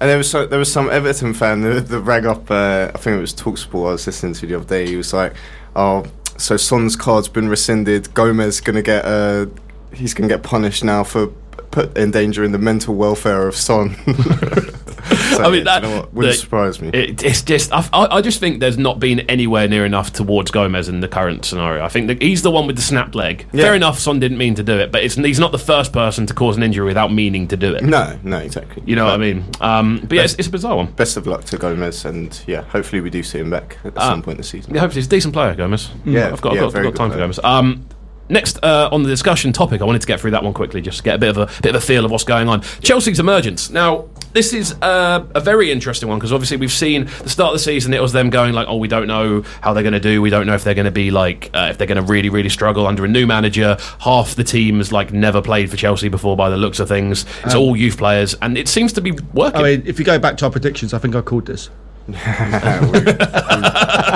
Speaker 2: And there was so, there was some Everton fan that, that rang up. Uh, I think it was Talksport I was listening to the other day. He was like, "Oh, so Son's card's been rescinded. Gomez gonna get uh, he's gonna get punished now for put endangering the mental welfare of Son." So,
Speaker 1: I mean,
Speaker 2: yeah,
Speaker 1: that-
Speaker 2: do you know what? wouldn't
Speaker 1: that-
Speaker 2: surprise me.
Speaker 1: It, it's just, I, I I just think there's not been anywhere near enough towards Gomez in the current scenario. I think that he's the one with the snapped leg.
Speaker 2: Yeah.
Speaker 1: Fair enough, Son didn't mean to do it, but it's, he's not the first person to cause an injury without meaning to do it.
Speaker 2: no, no, exactly.
Speaker 1: You know what I mean? Um, but yeah, it's, it's a bizarre one.
Speaker 2: Best of luck to Gomez, and yeah, hopefully we do see him back at some point this season.
Speaker 1: Ah. Yeah, hopefully he's a decent player, Gomez.
Speaker 2: Yeah,
Speaker 1: I've got,
Speaker 2: yeah,
Speaker 1: I've got,
Speaker 2: very
Speaker 1: I've got time
Speaker 2: good
Speaker 1: for Gomez. Um, next uh, on the discussion topic, I wanted to get through that one quickly, just to get a bit of a bit of a feel of what's going on. Chelsea's emergence now. This is uh, a very interesting one because obviously we've seen the start of the season. It was them going like, "Oh, we don't know how they're going to do. We don't know if they're going to be like uh, if they're going to really, really struggle under a new manager. Half the team's like never played for Chelsea before, by the looks of things. It's
Speaker 2: Um,
Speaker 1: all youth players, and it seems to be working.
Speaker 3: I mean, if you go back to our predictions, I think I called this.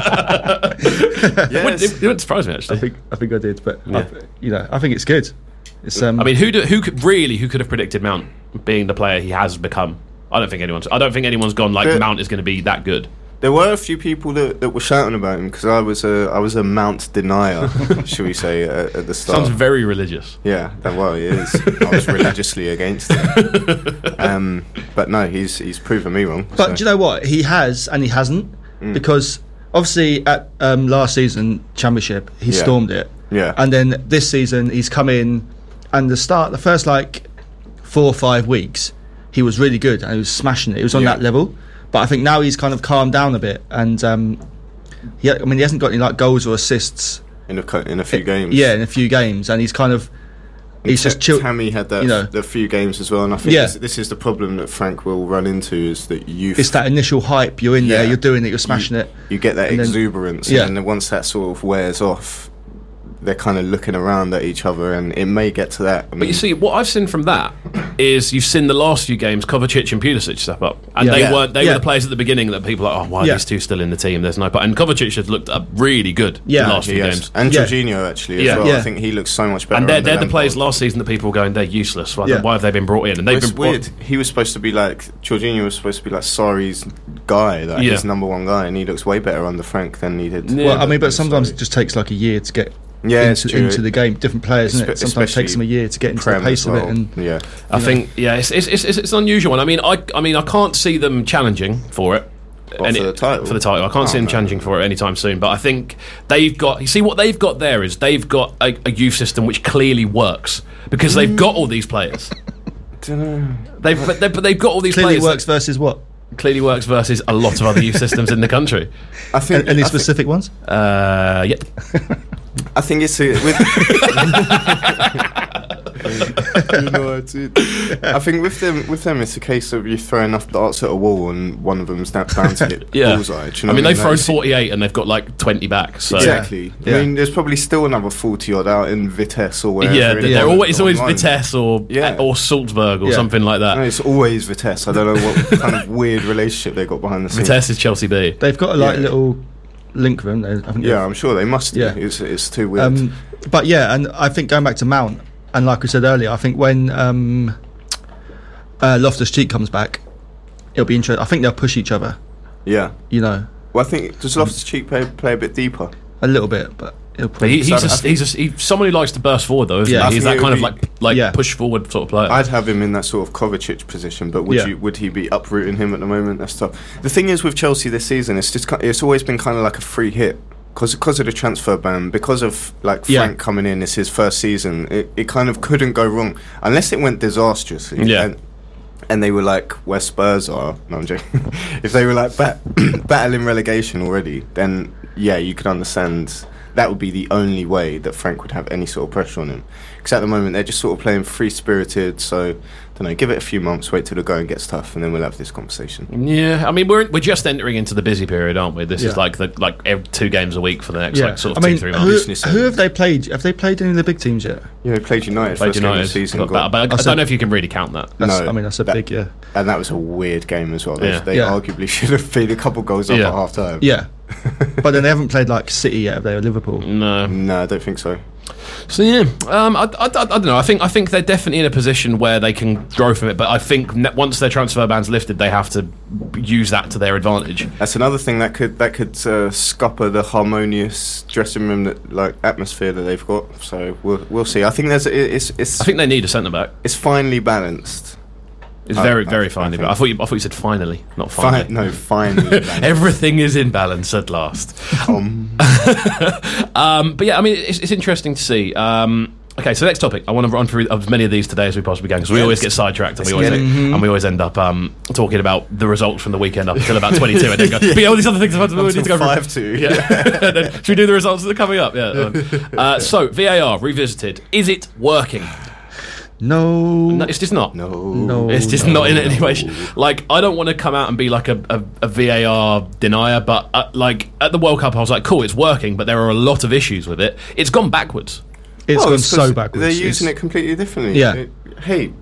Speaker 1: it, wouldn't, it wouldn't surprise me actually.
Speaker 3: I think I think I did, but I, you know, I think it's good. It's um,
Speaker 1: I mean, who do, who could, really who could have predicted Mount being the player he has become? I don't think anyone's. I don't think anyone's gone like
Speaker 2: Yeah.
Speaker 1: Mount is going to be that good.
Speaker 2: There were a few people that, that were shouting about him because I was a I was a Mount denier, shall we say, at, at the start.
Speaker 1: Sounds very religious.
Speaker 2: Yeah, that well, he is. I was religiously against it. Um, but no, he's he's proven me wrong.
Speaker 3: But
Speaker 2: so-
Speaker 3: do you know what? He has and he hasn't because obviously at um, last season championship he
Speaker 2: Yeah.
Speaker 3: stormed it.
Speaker 2: Yeah.
Speaker 3: And then this season he's come in and the start the first like four or five weeks he was really good and he was smashing it. He was on
Speaker 2: Yeah.
Speaker 3: that level. But I think now he's kind of calmed down a bit and um, he, I mean he hasn't got any like goals or assists.
Speaker 2: in a co- in a few games,
Speaker 3: Yeah, in a few games and he's kind of he's just
Speaker 2: T-
Speaker 3: chill.
Speaker 2: Tammy had that
Speaker 3: you know.
Speaker 2: the few games as well, and I think
Speaker 3: Yeah.
Speaker 2: this, this is the problem that Frank will run into is that you
Speaker 3: It's that initial hype. You're in there.
Speaker 2: Yeah.
Speaker 3: You're doing it. You're smashing it.
Speaker 2: you get that
Speaker 3: and then-
Speaker 2: exuberance,
Speaker 3: yeah.
Speaker 2: and then once that sort of wears off, they're kind of looking around at each other, and it may get to that. I
Speaker 1: But you
Speaker 2: mean,
Speaker 1: see, what I've seen from that is you've seen the last few games, Kovacic and Pulisic step up, and
Speaker 3: Yeah.
Speaker 1: they
Speaker 2: Yeah.
Speaker 1: weren't. They
Speaker 3: Yeah.
Speaker 1: were the players at the beginning that people are like, oh, why are
Speaker 3: Yeah.
Speaker 1: these two still in the team? There's no. But and Kovacic has looked up really good
Speaker 3: Yeah,
Speaker 1: the last
Speaker 2: he
Speaker 1: few
Speaker 2: has.
Speaker 1: games.
Speaker 2: and
Speaker 3: Yeah.
Speaker 2: Jorginho actually as
Speaker 1: Yeah.
Speaker 2: well.
Speaker 3: Yeah.
Speaker 2: I think he looks so much better.
Speaker 1: And they're,
Speaker 2: under
Speaker 1: they're the
Speaker 2: Lampard.
Speaker 1: players last season that people were going, they're useless. Why,
Speaker 3: Yeah.
Speaker 1: why have they been brought in? And they've
Speaker 2: It's
Speaker 1: been brought-
Speaker 2: weird. He was supposed to be like Jorginho was supposed to be like Sorry's guy, like
Speaker 1: Yeah.
Speaker 2: his number one guy, and he looks way better under Frank than he did.
Speaker 1: Yeah.
Speaker 3: Well, I mean, but sometimes it just takes like a year to get
Speaker 2: Yeah, it's
Speaker 3: into,
Speaker 2: true.
Speaker 3: into the game. Different players, isn't it?
Speaker 2: Espe-
Speaker 3: Sometimes it takes them a year to get into the
Speaker 2: Prem
Speaker 3: pace
Speaker 2: as
Speaker 3: of it.
Speaker 2: well.
Speaker 3: And
Speaker 2: yeah,
Speaker 1: I think yeah, it's it's, it's, it's an unusual one. I mean, I I mean, I can't see them challenging for it.
Speaker 2: What,
Speaker 1: Any-
Speaker 2: for the title?
Speaker 1: For the title, I can't see
Speaker 2: Oh,
Speaker 1: them
Speaker 2: no.
Speaker 1: challenging for it anytime soon. But I think they've got. You see, what they've got there is they've got a, a youth system which clearly works because they've got all these players. They've but, they, but they've got all these
Speaker 3: clearly,
Speaker 1: players.
Speaker 3: works versus what?
Speaker 1: that clearly works versus a lot of other youth systems in the country.
Speaker 2: I think.
Speaker 3: A- Any
Speaker 2: I, think
Speaker 3: specific ones?
Speaker 1: Uh, yeah.
Speaker 2: I think it's a, with. you know, it's it. I think with them, with them, it's a case of you throw enough darts at a wall, and one of them's that bound to hit
Speaker 1: Yeah.
Speaker 2: bullseye. Do
Speaker 1: I
Speaker 2: you know
Speaker 1: mean,
Speaker 2: what
Speaker 1: they've thrown
Speaker 2: Like,
Speaker 1: 48 and they've got like 20 back. So
Speaker 2: Exactly.
Speaker 3: Yeah.
Speaker 2: I mean, there's probably still another forty odd out in Vitesse or
Speaker 1: Yeah,
Speaker 2: wherever. in
Speaker 1: they're they're
Speaker 2: Holland
Speaker 1: always, it's
Speaker 2: or
Speaker 1: always
Speaker 2: online.
Speaker 1: Vitesse or
Speaker 2: Yeah.
Speaker 1: or Salzburg or
Speaker 3: Yeah.
Speaker 1: something like that.
Speaker 2: No, it's always Vitesse. I don't know what kind of weird relationship they got behind the scenes.
Speaker 1: Vitesse is Chelsea B.
Speaker 3: They've got a like
Speaker 2: yeah.
Speaker 3: little link room. They, haven't they?
Speaker 2: Yeah, I'm sure they must.
Speaker 3: Yeah.
Speaker 2: Yeah, it's, it's too weird.
Speaker 3: Um, but yeah, and I think going back to Mount, and like we said earlier, I think when um, uh, Loftus Cheek comes back, it'll be interesting. I think they'll push each other.
Speaker 2: yeah.
Speaker 3: You know,
Speaker 2: Well, I think does Loftus Cheek play, play a bit deeper?
Speaker 3: a little bit, but it'll
Speaker 1: But
Speaker 3: probably.
Speaker 1: he, he's
Speaker 2: So I
Speaker 1: a,
Speaker 2: think-
Speaker 1: he's a, he, someone who likes to burst forward though, isn't
Speaker 3: Yeah. I
Speaker 1: he? He's that
Speaker 2: think it
Speaker 1: kind
Speaker 2: would
Speaker 1: of
Speaker 2: be-
Speaker 1: like like
Speaker 3: Yeah.
Speaker 1: push forward sort of player.
Speaker 2: I'd have him in that sort of Kovacic position, but would
Speaker 3: Yeah.
Speaker 2: you would he be uprooting him at the moment? That's tough. The thing is with Chelsea this season, it's just ki- it's always been kind of like a free hit because of the transfer ban, because of like
Speaker 3: Yeah.
Speaker 2: Frank coming in, it's his first season. It, it kind of couldn't go wrong unless it went disastrously.
Speaker 1: Yeah.
Speaker 2: And, and they were like where Spurs are. No, I'm joking. if they were like bat- battling relegation already, then yeah, you could understand. That would be the only way that Frank would have any sort of pressure on him. Because at the moment they're just sort of playing free spirited. So don't know. Give it a few months. Wait till the going gets tough, and then we'll have this conversation.
Speaker 1: Yeah, I mean we're we're just entering into the busy period, aren't we? This is
Speaker 3: Yeah.
Speaker 1: like the like ev two games a week for the next like sort
Speaker 3: I
Speaker 1: of
Speaker 3: mean,
Speaker 1: two three
Speaker 3: who,
Speaker 1: months.
Speaker 3: who have they played? Have they played any of the big teams yet?
Speaker 2: Yeah, they played United
Speaker 1: Played
Speaker 2: first game
Speaker 1: United,
Speaker 2: of the season,
Speaker 1: got
Speaker 2: got-
Speaker 1: that, but I, I
Speaker 3: said-
Speaker 1: don't know if you can really count that.
Speaker 3: That's,
Speaker 2: No,
Speaker 3: I mean, that's a
Speaker 2: that-
Speaker 3: big yeah.
Speaker 2: and that was a weird game as well. They,
Speaker 1: Yeah.
Speaker 2: they
Speaker 3: Yeah.
Speaker 2: arguably should have been a couple goals up
Speaker 1: Yeah.
Speaker 2: at half time.
Speaker 3: Yeah, but then they haven't played like City yet, have they? Or Liverpool?
Speaker 1: No,
Speaker 2: No, I don't think so.
Speaker 1: So yeah, um, I, I, I don't know. I think I think they're definitely in a position where they can grow from it. But I think ne- once their transfer ban's lifted, they have to use that to their advantage.
Speaker 2: That's another thing that could that could uh, scupper the harmonious dressing room that, like atmosphere that they've got. So we'll we'll see. I think there's it- it's it's
Speaker 1: I think they need a centre back.
Speaker 2: it's finely balanced.
Speaker 1: It's
Speaker 2: I-
Speaker 3: Uh,
Speaker 1: very
Speaker 2: I
Speaker 1: very
Speaker 2: think- I
Speaker 1: finely.
Speaker 2: think-
Speaker 1: But I thought you, I thought you said finally, not
Speaker 2: Fine,
Speaker 1: finally.
Speaker 2: no, finely balanced.
Speaker 1: Everything is in balance at last.
Speaker 2: Um,
Speaker 1: Um, but yeah, I mean, it's, it's interesting to see. Um, okay, so next topic. I want to run through as many of these today as we possibly can because we
Speaker 2: Yeah,
Speaker 1: always get
Speaker 2: let's-
Speaker 1: sidetracked and we
Speaker 2: let's
Speaker 1: always
Speaker 2: get Mm-hmm.
Speaker 1: and we always end up um, talking about the results from the weekend up until about twenty two and then go. But yeah, all these other things we need to go
Speaker 2: until
Speaker 1: through.
Speaker 2: five two.
Speaker 1: Yeah. Then should we do the results that are coming up? Yeah. um, uh, so VAR revisited. Is it working?
Speaker 3: No,
Speaker 1: No, it's just not.
Speaker 2: No.
Speaker 3: No.
Speaker 1: It's just not in any way. sh- Like I don't want to come out and be like a, a, a VAR denier, but uh, like at the World Cup, I was like, cool, it's working, but there are a lot of issues with it. It's gone backwards.
Speaker 3: it's
Speaker 2: Well,
Speaker 3: gone
Speaker 2: it's 'cause
Speaker 3: so backwards.
Speaker 2: They're using
Speaker 3: It's-
Speaker 2: it completely differently.
Speaker 3: Yeah.
Speaker 2: It- hey,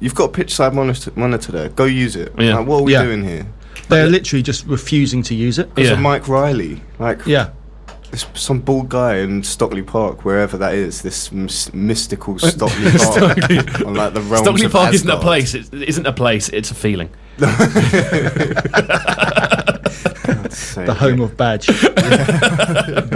Speaker 2: you've got a pitch side monitor, monitor there. Go use it.
Speaker 1: Yeah.
Speaker 2: Like, what are we
Speaker 3: Yeah.
Speaker 2: doing here?
Speaker 3: They're literally just refusing to use it.
Speaker 1: Yeah.
Speaker 2: So Mike Riley, like
Speaker 3: Yeah.
Speaker 2: this, some bald guy in Stockley Park, wherever that is, this mys- mystical Stockley Park, on like the realms
Speaker 1: Stockley
Speaker 2: of
Speaker 1: Park isn't a
Speaker 2: Asgard.
Speaker 1: place. It isn't a place. It's a feeling.
Speaker 2: So,
Speaker 3: The home of badge.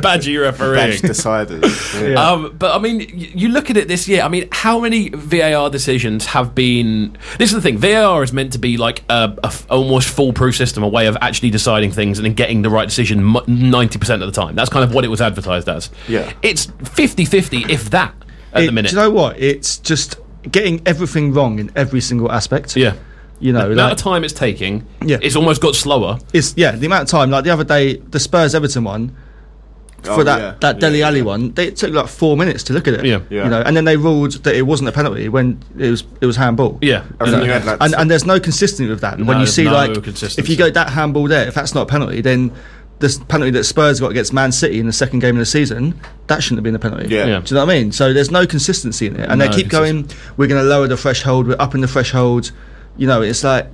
Speaker 1: Badgy refereeing.
Speaker 2: badge deciders. Yeah.
Speaker 3: Yeah.
Speaker 1: Um, but I mean, y- you look at it this year. I mean, how many VAR decisions have been? This is the thing. VAR is meant to be like a, a f- almost foolproof system, a way of actually deciding things and then getting the right decision ninety percent of the time. That's kind of what it was advertised as.
Speaker 2: Yeah.
Speaker 1: it's 50-50, if that, at
Speaker 3: It-
Speaker 1: the minute.
Speaker 3: Do you know what? It's just getting everything wrong in every single aspect.
Speaker 1: yeah.
Speaker 3: You know,
Speaker 1: the
Speaker 3: like,
Speaker 1: amount of time it's taking,
Speaker 3: Yeah.
Speaker 1: it's almost got slower.
Speaker 3: it's yeah, the amount of time. Like the other day, the Spurs Everton one
Speaker 2: Oh,
Speaker 3: for that
Speaker 2: yeah.
Speaker 3: that
Speaker 2: Yeah,
Speaker 3: Deli
Speaker 2: yeah.
Speaker 3: Alley one, they, it took like four minutes to look at it.
Speaker 1: Yeah.
Speaker 2: Yeah.
Speaker 3: You know, and then they ruled that it wasn't a penalty when it was it was handball.
Speaker 1: Yeah,
Speaker 2: And then you had, like,
Speaker 3: And, and there's no consistency with that. when
Speaker 1: No,
Speaker 3: you see
Speaker 1: no
Speaker 3: like if
Speaker 1: consistency.
Speaker 3: you go that handball there, if that's not a penalty, then this penalty that Spurs got against Man City in the second game of the season, that shouldn't have been a penalty.
Speaker 2: Yeah. Yeah.
Speaker 3: Do you know what I mean? So there's no consistency in it, and
Speaker 1: No
Speaker 3: they keep going. We're going to lower the threshold. We're upping the threshold. You know, it's like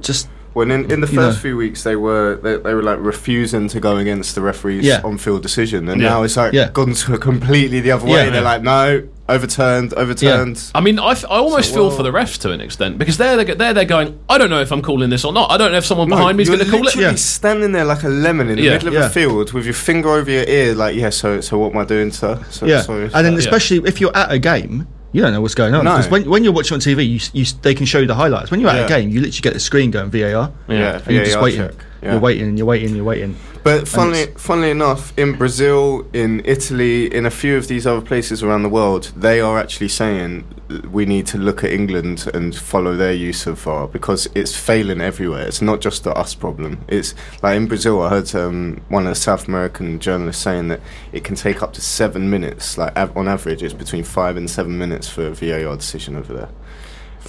Speaker 3: just
Speaker 2: When in, in the first
Speaker 3: know.
Speaker 2: few weeks they were they, they were like refusing to go against the referee's
Speaker 3: Yeah.
Speaker 2: on-field decision, and
Speaker 1: Yeah.
Speaker 2: now it's like
Speaker 3: Yeah.
Speaker 2: gone to a completely the other way.
Speaker 3: Yeah.
Speaker 2: They're like, no, overturned, overturned.
Speaker 1: I mean, I, f- I almost
Speaker 2: So,
Speaker 1: feel
Speaker 2: well-
Speaker 1: for the refs to an extent because they're they're, they're they're going. I don't know if I'm calling this or not. I don't know if someone behind me is going to call it.
Speaker 2: You're
Speaker 3: Yeah.
Speaker 2: standing there like a lemon in the
Speaker 1: Yeah.
Speaker 2: middle of
Speaker 3: Yeah.
Speaker 2: a field with your finger over your ear, like, yeah. So, so what am I doing, sir? So,
Speaker 3: yeah.
Speaker 2: sorry,
Speaker 3: and then
Speaker 2: sir.
Speaker 3: especially if you're at a game. You don't know what's going on
Speaker 2: No.
Speaker 3: because when, when you're watching on TV, you, s- you, s- they can show you the highlights. When you're at
Speaker 2: Yeah.
Speaker 3: a game, you literally get the screen going VAR,
Speaker 2: yeah,
Speaker 3: and you're just
Speaker 2: VAR
Speaker 3: waiting.
Speaker 2: check. Yeah.
Speaker 3: You're waiting, and you're waiting, and you're waiting.
Speaker 2: But funnily, funnily enough, in Brazil, in Italy, in a few of these other places around the world, they are actually saying uh, we need to look at England and follow their use of VAR because it's failing everywhere. It's not just the us problem. It's like in Brazil, I heard um, one of the South American journalists saying that it can take up to seven minutes. Like av- on average, it's between five and seven minutes for a VAR decision over there.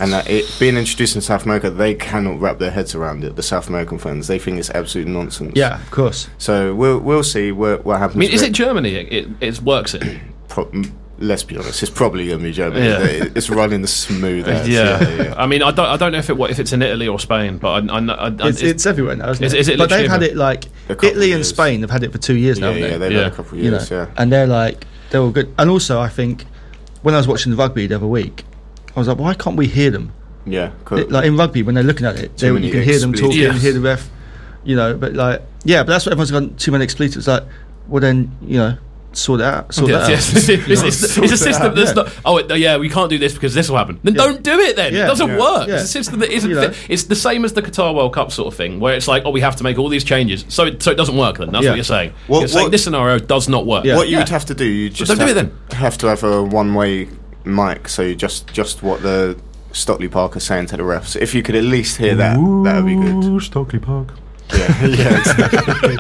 Speaker 2: And that it being introduced in South America, they cannot wrap their heads around it. The South American fans, they think it's absolute nonsense.
Speaker 3: Yeah, of course.
Speaker 2: So we'll we'll see what what happens.
Speaker 1: I mean, is
Speaker 2: with
Speaker 1: it Germany? It, it, it works it.
Speaker 2: Pro- m- let's be honest, it's probably going to be Germany.
Speaker 1: Yeah.
Speaker 2: It- It's running smooth. as-
Speaker 1: yeah.
Speaker 2: yeah, yeah.
Speaker 1: I mean, I don't, I don't know if it wa- if it's in Italy or Spain, but I, I, know- I, I
Speaker 3: It's, it's everywhere now, isn't
Speaker 1: is-
Speaker 3: it?
Speaker 1: is it
Speaker 3: but
Speaker 1: literally
Speaker 3: they've had
Speaker 1: everywhere?
Speaker 3: it like
Speaker 2: A couple
Speaker 3: Italy
Speaker 2: of
Speaker 3: and
Speaker 2: years.
Speaker 3: Spain have had it for two years now,
Speaker 2: Yeah,
Speaker 3: haven't
Speaker 2: yeah,
Speaker 3: they?
Speaker 2: they've had
Speaker 1: Yeah.
Speaker 2: a couple of
Speaker 3: you know,
Speaker 2: years. yeah,
Speaker 3: and they're like they're all good. And also, I think when I was watching the rugby the other week, I was like, why can't we hear them?
Speaker 2: yeah. Cool.
Speaker 3: It- like in rugby, when they're looking at it, they,
Speaker 2: Too many
Speaker 3: you can hear them talking,
Speaker 1: expletives.
Speaker 3: you hear the ref, you know. But like, yeah, but that's what everyone's gone too many expletives. Like, well then, you know, sort that out, sort
Speaker 1: Yes,
Speaker 3: that
Speaker 1: yes. It's,
Speaker 3: out.
Speaker 1: it's- it's- it's a system that's
Speaker 3: yeah.
Speaker 1: not. Oh it- yeah, we can't do this because this will happen. Then don't do it. Then it
Speaker 3: Yeah,
Speaker 1: doesn't
Speaker 3: yeah,
Speaker 1: work.
Speaker 3: yeah.
Speaker 1: It's a system that isn't.
Speaker 3: You know.
Speaker 1: fit. It's the same as the Qatar World Cup sort of thing, where it's like, oh, we have to make all these changes, so it, so it doesn't work. Then that's
Speaker 3: Yeah.
Speaker 1: what you're saying.
Speaker 2: What-
Speaker 1: you're saying
Speaker 2: what-
Speaker 1: this scenario does not work.
Speaker 3: Yeah.
Speaker 2: What you would have to do, you just
Speaker 1: don't do
Speaker 2: have,
Speaker 1: it
Speaker 2: to, have to have a one-way mic, so you just just what the Stockley Park are saying to the refs. If you could at least hear that, that would be good.
Speaker 1: Stockley Park.
Speaker 2: Yeah, yeah. Exactly.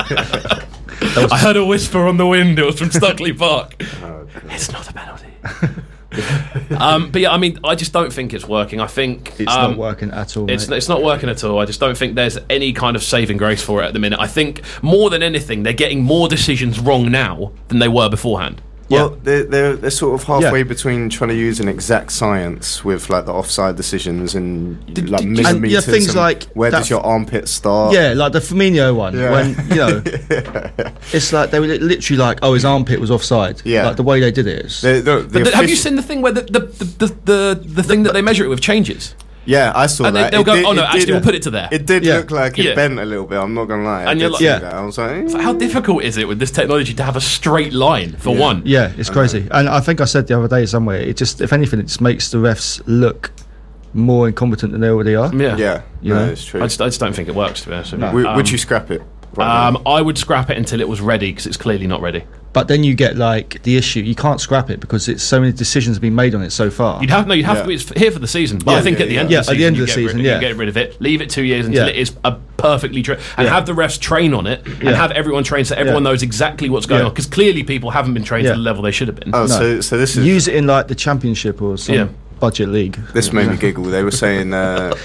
Speaker 1: I heard a whisper on the wind. It was from Stockley Park. it's not a penalty. Um, but yeah, I mean, I just don't think it's working. I think
Speaker 3: It's
Speaker 1: um,
Speaker 3: not working at all.
Speaker 1: It's,
Speaker 3: mate.
Speaker 1: it's not working at all. I just don't think there's any kind of saving grace for it at the minute. I think more than anything, they're getting more decisions wrong now than they were beforehand.
Speaker 2: Well, they're, they're, they're sort of halfway
Speaker 3: Yeah.
Speaker 2: between trying to use an exact science with like the offside decisions and like
Speaker 1: did you-
Speaker 2: millimeters.
Speaker 3: And, yeah, things like
Speaker 2: where
Speaker 3: that-
Speaker 2: does your armpit start?
Speaker 3: Yeah, like the Firmino one.
Speaker 2: Yeah.
Speaker 3: When you know, it's like they were li- literally like, "Oh, his armpit was offside."
Speaker 2: Yeah.
Speaker 3: like the way they did it. Is,
Speaker 2: The- the- the
Speaker 1: But th- have you
Speaker 2: offici-
Speaker 1: seen the thing where the the, the, the, the, the thing that they measure it with changes?
Speaker 2: Yeah, I saw
Speaker 1: And they-
Speaker 2: that.
Speaker 1: they'll
Speaker 2: It
Speaker 1: go,
Speaker 2: did-
Speaker 1: "Oh, no,
Speaker 2: it
Speaker 1: actually,
Speaker 2: did-
Speaker 1: we'll put it to there."
Speaker 2: It did
Speaker 3: Yeah.
Speaker 2: look like it
Speaker 1: Yeah.
Speaker 2: bent a little bit. I'm not gonna lie. I
Speaker 1: And you're
Speaker 2: did
Speaker 1: like-
Speaker 2: see
Speaker 3: Yeah.
Speaker 2: that. I was like, eh.
Speaker 1: How difficult is it with this technology to have a straight line for one?
Speaker 3: yeah, it's crazy. And I think I said the other day somewhere, it just, if anything, it just makes the refs look more incompetent than they already are.
Speaker 1: yeah.
Speaker 2: yeah,
Speaker 3: You
Speaker 2: no,
Speaker 3: know?
Speaker 2: it's true.
Speaker 1: I just, I just don't think it works. To be honest with you.
Speaker 3: No.
Speaker 2: Would-
Speaker 1: Um,
Speaker 2: would you scrap it? Right
Speaker 1: Um, I would scrap it until it was ready because it's clearly not ready.
Speaker 3: But then you get like the issue. You can't scrap it because it's so many decisions have been made on it so far.
Speaker 1: You'd have no, you'd have
Speaker 2: Yeah.
Speaker 1: to. It's here for the season, but
Speaker 2: Yeah,
Speaker 1: I think
Speaker 2: yeah,
Speaker 1: at the
Speaker 2: yeah.
Speaker 1: end,
Speaker 3: Yeah,
Speaker 1: of the
Speaker 3: at the end of the
Speaker 1: season, you
Speaker 3: season,
Speaker 1: get rid-
Speaker 3: yeah.
Speaker 1: you get rid of it. Leave it two years until
Speaker 3: Yeah.
Speaker 1: it is a perfectly tra- and
Speaker 3: Yeah.
Speaker 1: have the refs train on it and
Speaker 3: Yeah.
Speaker 1: have everyone trained so everyone knows exactly what's going
Speaker 3: Yeah.
Speaker 1: on because clearly people haven't been trained
Speaker 3: Yeah.
Speaker 1: to the level they should have been.
Speaker 2: now. oh, so so this is
Speaker 3: Use it in like the championship or some
Speaker 1: Yeah.
Speaker 3: budget league.
Speaker 2: This made me giggle. They were saying uh,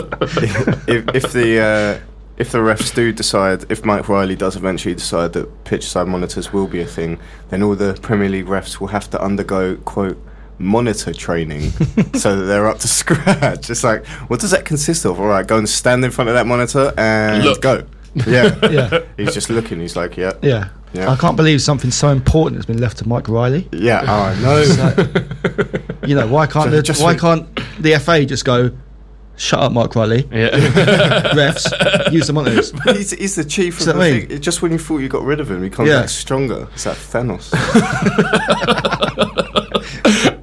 Speaker 2: if, if the uh, if the refs do decide, if Mike Riley does eventually decide that pitch side monitors will be a thing, then all the Premier League refs will have to undergo quote monitor training so that they're up to scratch. It's like, what does that consist of? All right, go and stand in front of that monitor and
Speaker 1: Look.
Speaker 2: go. Yeah.
Speaker 3: Yeah.
Speaker 2: He's just looking. He's like, yeah.
Speaker 3: Yeah.
Speaker 2: Yeah.
Speaker 3: I can't believe something so important has been left to Mike Riley.
Speaker 2: Yeah. Oh no.
Speaker 3: You know, why can't
Speaker 2: So
Speaker 3: the,
Speaker 2: just
Speaker 3: why
Speaker 2: re-
Speaker 3: can't the FA just go, shut up, Mike Riley,
Speaker 1: Yeah.
Speaker 3: refs, use the monitors.
Speaker 2: He's, he's the chief of
Speaker 3: that
Speaker 2: the
Speaker 3: what I mean?
Speaker 2: thing. Just when you thought you got rid of him, he comes
Speaker 3: Yeah.
Speaker 2: back stronger. It's like Thanos.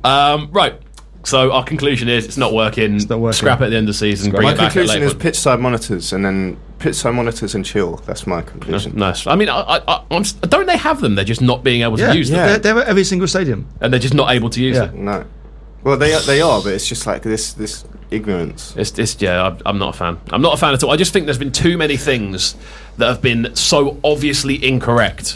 Speaker 1: um, right. So our conclusion is it's not working.
Speaker 3: not working.
Speaker 1: Scrap it at the end of the season. Bring
Speaker 2: My
Speaker 1: it back at
Speaker 2: conclusion
Speaker 1: later.
Speaker 2: is pitch side monitors and then pitch side monitors and chill. That's my conclusion.
Speaker 1: Nice. I mean, I, I, I, I'm, s- don't they have them? They're just not being able to
Speaker 3: Yeah,
Speaker 1: use them,
Speaker 2: yeah.
Speaker 3: They're, they're at every single stadium.
Speaker 1: and they're just not able to use
Speaker 3: Yeah.
Speaker 1: them.
Speaker 2: No. Well, they are, they are, but it's just like this this ignorance.
Speaker 1: It's, it's yeah. I'm, I'm not a fan. I'm not a fan at all. I just think there's been too many things that have been so obviously incorrect. Mm.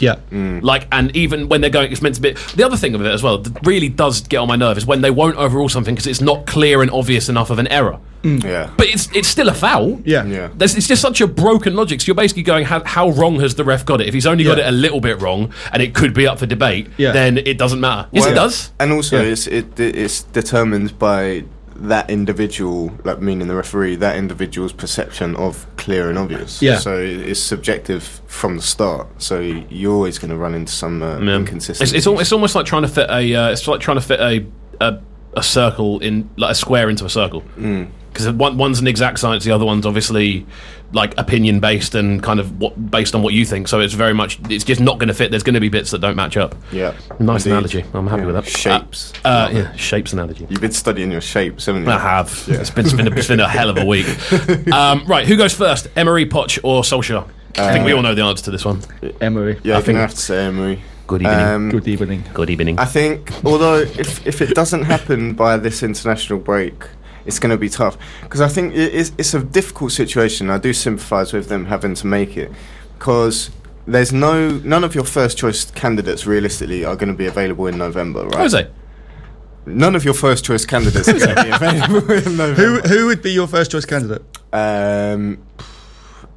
Speaker 3: Yeah.
Speaker 1: Like, and even when they're going, it's meant to be. The other thing of it as well that really does get on my nerve is when they won't overrule something because it's not clear and obvious enough of an error.
Speaker 2: Yeah.
Speaker 1: But it's it's still a foul.
Speaker 3: Yeah.
Speaker 2: Yeah.
Speaker 1: There's, it's just such a broken logic. So you're basically going, how, how wrong has the ref got it? If he's only got
Speaker 3: Yeah.
Speaker 1: it a little bit wrong, and it could be up for debate,
Speaker 3: Yeah.
Speaker 1: then it doesn't matter. Yes,
Speaker 2: Well,
Speaker 1: it does.
Speaker 2: And also,
Speaker 3: Yeah.
Speaker 2: it's it, it's determined by that individual, like meaning the referee, that individual's perception of clear and obvious.
Speaker 3: Yeah.
Speaker 2: So it- it's subjective from the start. So you're always going to run into some uh,
Speaker 1: Yeah.
Speaker 2: inconsistency.
Speaker 1: Um, It's, it's, al- it's almost like trying to fit a. Uh, it's like trying to fit a, a a circle in like a square into a circle. Because one, one's an exact science, the other one's obviously like opinion based and kind of what based on what you think. So it's very much. It's just not going to fit. There's going to be bits that don't match up.
Speaker 2: yeah.
Speaker 1: Nice
Speaker 2: Indeed.
Speaker 1: analogy. I'm happy
Speaker 2: Yeah.
Speaker 1: with that.
Speaker 2: Shapes.
Speaker 1: Uh, uh, yeah, shapes analogy.
Speaker 2: You've been studying your shapes, haven't you?
Speaker 1: I have. It's been, it's, been a, it's been a hell of a week. Um, right, who goes first? Emery, Poch, or Solskjaer? I think we all know the answer to this one.
Speaker 3: Emery.
Speaker 2: Yeah, I think
Speaker 1: think-
Speaker 2: I have to say Emery.
Speaker 1: Good evening.
Speaker 3: Good evening.
Speaker 1: Good evening.
Speaker 2: I think, although if, if it doesn't happen by this international break, it's going to be tough because I think it, it's, it's a difficult situation. I do sympathise with them having to make it because there's no none of your first choice candidates realistically are going to be available in November, right?
Speaker 1: Jose.
Speaker 2: None of your first choice candidates are going to be available in
Speaker 3: Who,
Speaker 2: November.
Speaker 3: who would be your first choice candidate?
Speaker 2: Um,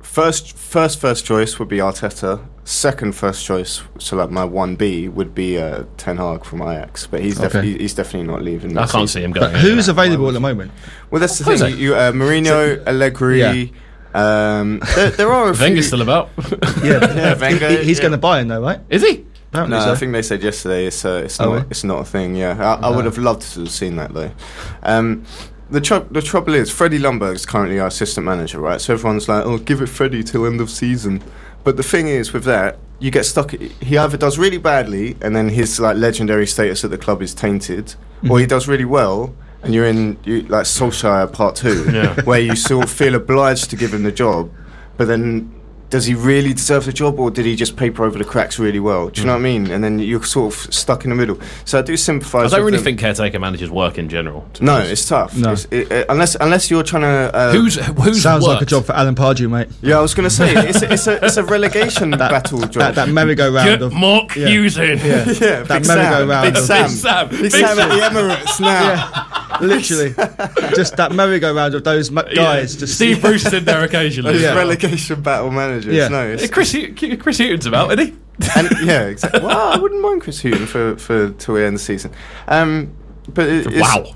Speaker 2: first, first, first choice would be Arteta. Second, first choice, so like my one B would be uh, Ten Hag from Ajax, but he's
Speaker 3: Okay.
Speaker 2: definitely he's definitely not leaving.
Speaker 1: I
Speaker 2: this
Speaker 1: can't
Speaker 2: season.
Speaker 1: see him going.
Speaker 3: But who's available at the moment?
Speaker 2: Well, that's the
Speaker 1: Jose.
Speaker 2: thing. You, uh, Mourinho, Allegri.
Speaker 3: Yeah.
Speaker 2: Um, there, there are a few.
Speaker 1: Wenger's still about.
Speaker 3: Yeah,
Speaker 2: Yeah, Wenger,
Speaker 3: he, he's
Speaker 2: yeah.
Speaker 3: going to buy in though, right?
Speaker 1: Is he?
Speaker 3: Apparently
Speaker 2: No,
Speaker 3: so.
Speaker 2: I think they said yesterday it's uh, it's
Speaker 3: Oh,
Speaker 2: not
Speaker 3: really?
Speaker 2: it's not a thing. Yeah, I, I would have loved to have seen that though. Um, the tr- the trouble is Freddie Lundberg's currently our assistant manager, right? So everyone's like, "Oh, give it Freddie till end of season." But the thing is, with that, you get stuck. He either does really badly, and then his like legendary status at the club is tainted, or he does really well. And you're in you, like Solskjaer part two,
Speaker 1: Yeah.
Speaker 2: where you sort of feel obliged to give him the job, but then does he really deserve the job or did he just paper over the cracks really well? Do you
Speaker 4: Mm.
Speaker 2: know what I mean? And then you're sort of stuck in the middle. So I do
Speaker 4: I
Speaker 2: sympathise.
Speaker 4: don't
Speaker 2: with
Speaker 4: really
Speaker 2: him.
Speaker 4: think caretaker managers work in general. to be
Speaker 2: No,
Speaker 4: honest.
Speaker 2: it's tough.
Speaker 3: No.
Speaker 2: It's- it- it- unless unless you're trying to. Uh,
Speaker 1: Who's who's
Speaker 3: Sounds like a
Speaker 1: worked?
Speaker 3: job for Alan Pardew, mate.
Speaker 2: Yeah, I was going to say it's a, it's a it's a relegation battle job.
Speaker 3: That, that merry-go-round
Speaker 1: Get
Speaker 3: of
Speaker 1: Mark
Speaker 3: yeah.
Speaker 1: Hughes in.
Speaker 3: yeah,
Speaker 2: yeah,
Speaker 3: that
Speaker 2: Big Sam. Big
Speaker 3: merry-go-round of-
Speaker 2: Sam.
Speaker 1: Big Sam.
Speaker 2: Big
Speaker 1: Big
Speaker 2: Sam at
Speaker 1: Sam.
Speaker 2: the Emirates now.
Speaker 3: yeah, literally, just that merry-go-round of those mu- guys. Just
Speaker 4: Steve Bruce did there occasionally.
Speaker 2: Those
Speaker 3: Yeah.
Speaker 2: relegation battle managers.
Speaker 3: Yeah.
Speaker 2: No,
Speaker 1: Yeah,
Speaker 2: it's,
Speaker 1: Chris, Hu- Chris Hewton's about, isn't he?
Speaker 2: and, yeah, exactly. Well, I wouldn't mind Chris Hughton for for till the end of the season. Um, but it, it's,
Speaker 1: Wow.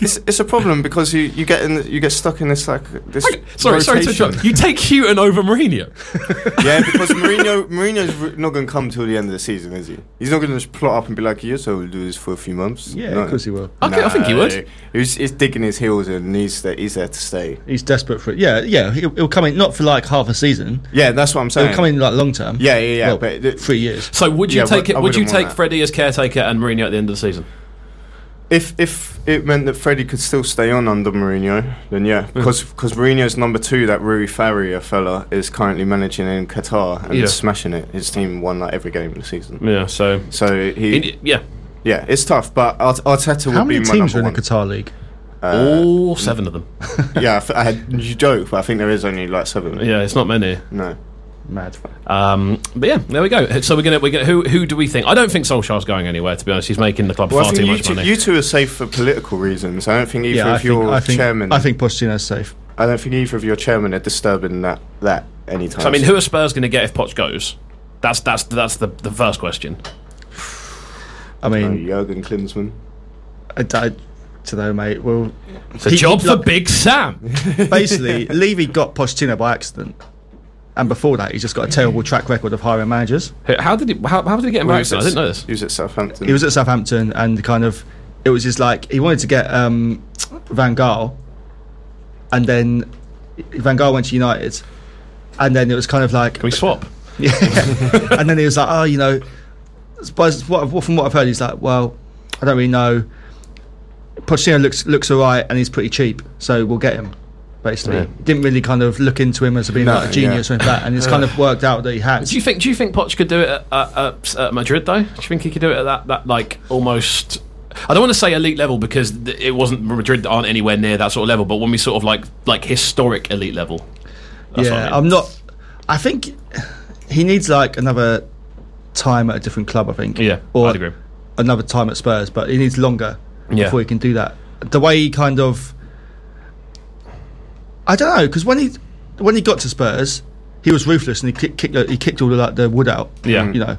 Speaker 2: it's it's a problem because you, you get in you get stuck in this like this.
Speaker 1: sorry, sorry to
Speaker 2: rotation.
Speaker 1: interrupt. You take Hewton over Mourinho.
Speaker 2: Yeah, because Mourinho Mourinho's re- not going to come till the end of the season, is he? He's not going to just plot up and be like, "Yes, I will do this for a few months."
Speaker 3: yeah,
Speaker 2: No.
Speaker 3: of course he will.
Speaker 1: Okay, I think he would.
Speaker 2: He's, he's digging his heels in. And he's there, he's there to stay.
Speaker 3: He's desperate for it. Yeah, yeah. He'll, he'll come in not for like half a season.
Speaker 2: Yeah, that's what I'm saying.
Speaker 3: He'll come in like long term.
Speaker 2: Yeah, yeah, yeah,
Speaker 3: Well,
Speaker 2: but the-
Speaker 3: three years.
Speaker 1: So would you
Speaker 2: Yeah,
Speaker 1: take
Speaker 2: but I
Speaker 1: it? Would you
Speaker 2: wouldn't want
Speaker 1: take
Speaker 2: that.
Speaker 1: Freddie as caretaker and Mourinho at the end of the season?
Speaker 2: If if it meant that Freddie could still stay on under Mourinho, then yeah, because because Mourinho's number two, that Rui Faria fella, is currently managing in Qatar and
Speaker 1: Yeah.
Speaker 2: smashing it. His team won like every game of the season.
Speaker 1: Yeah. So.
Speaker 2: So he,
Speaker 1: In- yeah.
Speaker 2: yeah, it's tough. But Art- Arteta
Speaker 3: How
Speaker 2: would be
Speaker 3: many
Speaker 2: my
Speaker 3: teams are
Speaker 2: number
Speaker 3: in the
Speaker 2: one. Uh,
Speaker 3: Qatar league?
Speaker 1: All seven of them.
Speaker 2: yeah, I, th- I had you joke, but I think there is only like seven.
Speaker 1: Yeah, it's not many.
Speaker 2: No,
Speaker 3: Mad.
Speaker 1: Um, but yeah, there we go. So we're gonna we're gonna who who do we think? I don't think Solskjaer's going anywhere. To be honest, he's making the club
Speaker 2: well, I
Speaker 1: far
Speaker 2: think
Speaker 1: too
Speaker 2: you,
Speaker 1: much
Speaker 2: two,
Speaker 1: money.
Speaker 2: you two are safe for political reasons. I don't think either
Speaker 3: Yeah, I
Speaker 2: of your
Speaker 3: think, I think
Speaker 2: chairman.
Speaker 3: I think Pochettino's safe.
Speaker 2: I don't think either of your chairmen are disturbing that that anytime.
Speaker 1: so I mean, who are Spurs going to get if Poch goes? That's that's that's the the first question.
Speaker 3: I mean,
Speaker 2: Uh, Jurgen Klinsmann.
Speaker 3: I, I, to know, mate. Well,
Speaker 1: It's a
Speaker 3: He-
Speaker 1: job for
Speaker 3: like-
Speaker 1: Big Sam.
Speaker 3: basically, Levy got Pochettino by accident, and before that, he's just got a terrible track record of hiring managers.
Speaker 1: How did he how, how did he get him
Speaker 2: Well,
Speaker 1: back? I didn't know this.
Speaker 2: He was at Southampton.
Speaker 3: He was at Southampton, and kind of, it was just like he wanted to get um, Van Gaal, and then Van Gaal went to United, and then it was kind of like
Speaker 1: Can we swap?
Speaker 3: Yeah. and then he was like, oh, you know, but it's what, what- from what I've heard, he's like, well, I don't really know. Pochettino looks looks alright, and he's pretty cheap, so we'll get him. Basically, didn't really kind of look into him as being
Speaker 2: No,
Speaker 3: like a genius
Speaker 2: yeah.
Speaker 3: or anything like that, and it's kind of worked out that he has.
Speaker 1: Do you think do you think Poch could do it at, at, at Madrid though? Do you think he could do it at that that like almost? I don't want to say elite level because th- it wasn't Madrid aren't anywhere near that sort of level. But when we sort of like like historic elite level, that's
Speaker 3: yeah,
Speaker 1: what I mean.
Speaker 3: I'm not. I think he needs like another time at a different club. I think.
Speaker 1: Yeah,
Speaker 3: or
Speaker 1: I'd agree.
Speaker 3: Another time at Spurs, but he needs longer
Speaker 1: Yeah.
Speaker 3: before he can do that. The way he kind of, I don't know, because when he when he got to Spurs, he was ruthless and he kicked, kicked he kicked all the, like, the wood out.
Speaker 1: Yeah.
Speaker 3: you know,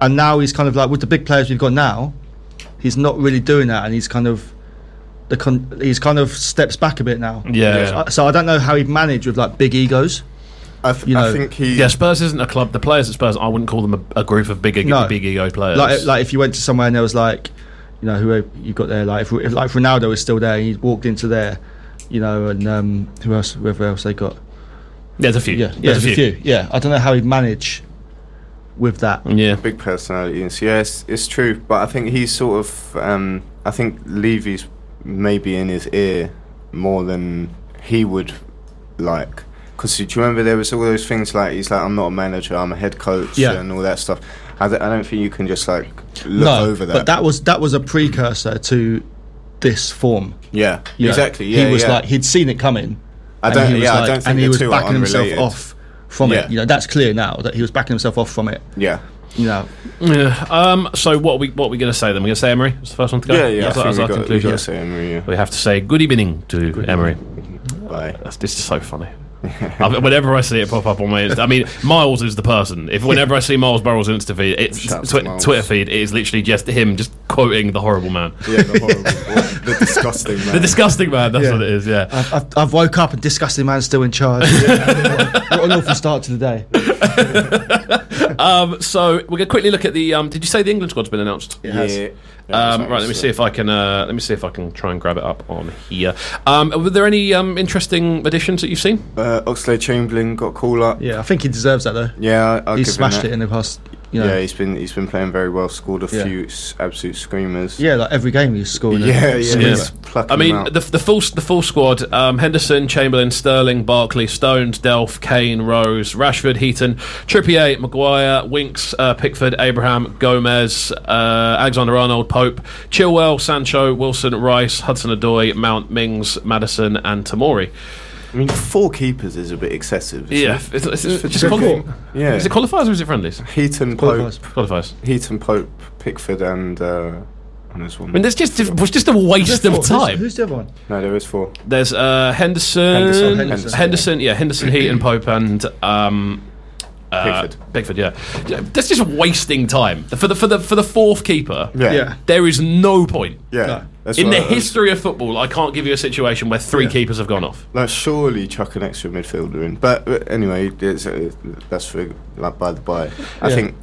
Speaker 3: and now he's kind of like with the big players we've got now, he's not really doing that, and he's kind of. The con- he's kind of steps back a bit now.
Speaker 1: Yeah.
Speaker 3: So, so I don't know how he'd manage with like big egos.
Speaker 2: I, th-
Speaker 3: you
Speaker 2: I
Speaker 3: know,
Speaker 2: think he.
Speaker 1: Yeah, Spurs isn't a club. The players at Spurs, I wouldn't call them a, a group of big,
Speaker 3: No.
Speaker 1: big ego players.
Speaker 3: Like, like if you went to somewhere and there was like, you know, who you got there, like if, if like Ronaldo was still there, he walked into there, you know, and um, who else, whoever else they got,
Speaker 1: there's a few.
Speaker 3: yeah, yeah, there's a few, yeah. I don't know how he'd manage with that.
Speaker 1: Yeah.
Speaker 2: Big personalities. Yes, it's true. But I think he's sort of. Um, I think Levy's maybe in his ear more than he would like. Because do you remember there was all those things like he's like I'm not a manager, I'm a head coach,
Speaker 3: Yeah.
Speaker 2: and all that stuff. I, d- I don't think you can just like look
Speaker 3: no,
Speaker 2: over that.
Speaker 3: but that was that was a precursor to this form.
Speaker 2: yeah,
Speaker 3: you know.
Speaker 2: exactly. Yeah,
Speaker 3: he was
Speaker 2: yeah.
Speaker 3: like he'd seen it coming.
Speaker 2: I
Speaker 3: and
Speaker 2: don't-
Speaker 3: he was
Speaker 2: yeah, I
Speaker 3: like-
Speaker 2: don't think
Speaker 3: and he
Speaker 2: the
Speaker 3: was
Speaker 2: two are
Speaker 3: backing himself
Speaker 2: unrelated.
Speaker 3: off from
Speaker 2: Yeah.
Speaker 3: it. You know, that's clear now that he was backing himself off from it.
Speaker 2: yeah.
Speaker 3: You know,
Speaker 1: Yeah. Um. So what are we what are we gonna say then? We're gonna say Emery. It's the first one to go.
Speaker 2: Yeah, yeah,
Speaker 1: That's,
Speaker 2: I
Speaker 1: that's our
Speaker 2: think we got, we
Speaker 1: conclusion.
Speaker 2: got Sam, yeah.
Speaker 1: We have to say good evening to Emery.
Speaker 2: Bye.
Speaker 1: That's this is so funny. I, whenever I see it pop up on my, Insta, I mean, Miles is the person. If whenever I see Miles Burrell's Insta feed, it's
Speaker 2: Shout out to
Speaker 1: twi-
Speaker 2: Miles.
Speaker 1: Twitter feed, it is literally just him just quoting the horrible man,
Speaker 2: Yeah, the horrible, the disgusting man.
Speaker 1: the disgusting man. That's
Speaker 3: Yeah.
Speaker 1: what it is.
Speaker 2: Um,
Speaker 1: Yeah.
Speaker 3: I've, I've, I've woke up and disgusting man's still in charge. what an awful start to the day.
Speaker 1: Um, so we're gonna quickly look at the. Um, did you say the England squad's been announced?
Speaker 2: yeah.
Speaker 1: Um, right, let me see if I can. Uh, let me see if I can try and grab it up on here. Um, were there any um, interesting additions that you've seen?
Speaker 2: Uh, Oxlade Chamberlain got call up.
Speaker 3: Yeah, I think he deserves that though.
Speaker 2: Yeah, I- I'll
Speaker 3: he
Speaker 2: give
Speaker 3: smashed
Speaker 2: him
Speaker 3: it
Speaker 2: that.
Speaker 3: in the past You know,
Speaker 2: Yeah, he's been he's been playing very well. Scored a
Speaker 3: Yeah.
Speaker 2: few s- absolute screamers.
Speaker 3: yeah, like every game he's scoring. a
Speaker 2: yeah, yeah.
Speaker 3: screamer.
Speaker 2: he's plucking
Speaker 1: I mean,
Speaker 2: them out.
Speaker 1: the, the full the full squad: um, Henderson, Chamberlain, Sterling, Barkley, Stones, Delph, Kane, Rose, Rashford, Heaton, Trippier, Maguire, Winks, uh, Pickford, Abraham, Gomez, uh, Alexander Arnold, Pope, Chilwell, Sancho, Wilson, Rice, Hudson Odoi, Mount, Mings, Madison, and Tamori.
Speaker 2: I mean, four keepers is a bit excessive. isn't
Speaker 1: Yeah,
Speaker 2: it?
Speaker 1: it's, it's, it's,
Speaker 2: It's
Speaker 1: just
Speaker 2: tricky.
Speaker 1: quali-
Speaker 2: yeah.
Speaker 1: Is it qualifiers or is it friendlies?
Speaker 2: Heaton Pope,
Speaker 3: Qualifiers.
Speaker 1: Qualifiers.
Speaker 2: Heaton Pope, Pickford, and uh, and there's one.
Speaker 1: I mean, there's just it was just a waste of
Speaker 3: Who's-
Speaker 1: time.
Speaker 3: Who's the other one?
Speaker 2: no, there is four.
Speaker 1: There's uh, Henderson,
Speaker 2: Henderson,
Speaker 1: Henderson,
Speaker 2: Henderson.
Speaker 1: yeah, Henderson, Heat, and Pope, and um, uh,
Speaker 2: Pickford.
Speaker 1: Pickford, yeah. Yeah, That's just wasting time for the for the for the fourth keeper.
Speaker 2: Yeah,
Speaker 3: Yeah.
Speaker 2: yeah.
Speaker 1: There is no point
Speaker 3: No.
Speaker 2: That's
Speaker 1: in
Speaker 2: what
Speaker 1: the
Speaker 2: I- I was-
Speaker 1: history of football. I can't give you a situation where three keepers have gone off.
Speaker 2: No, surely chuck an extra midfielder in. But, but anyway, it's, uh, that's for like by the by. I
Speaker 3: Yeah.
Speaker 2: think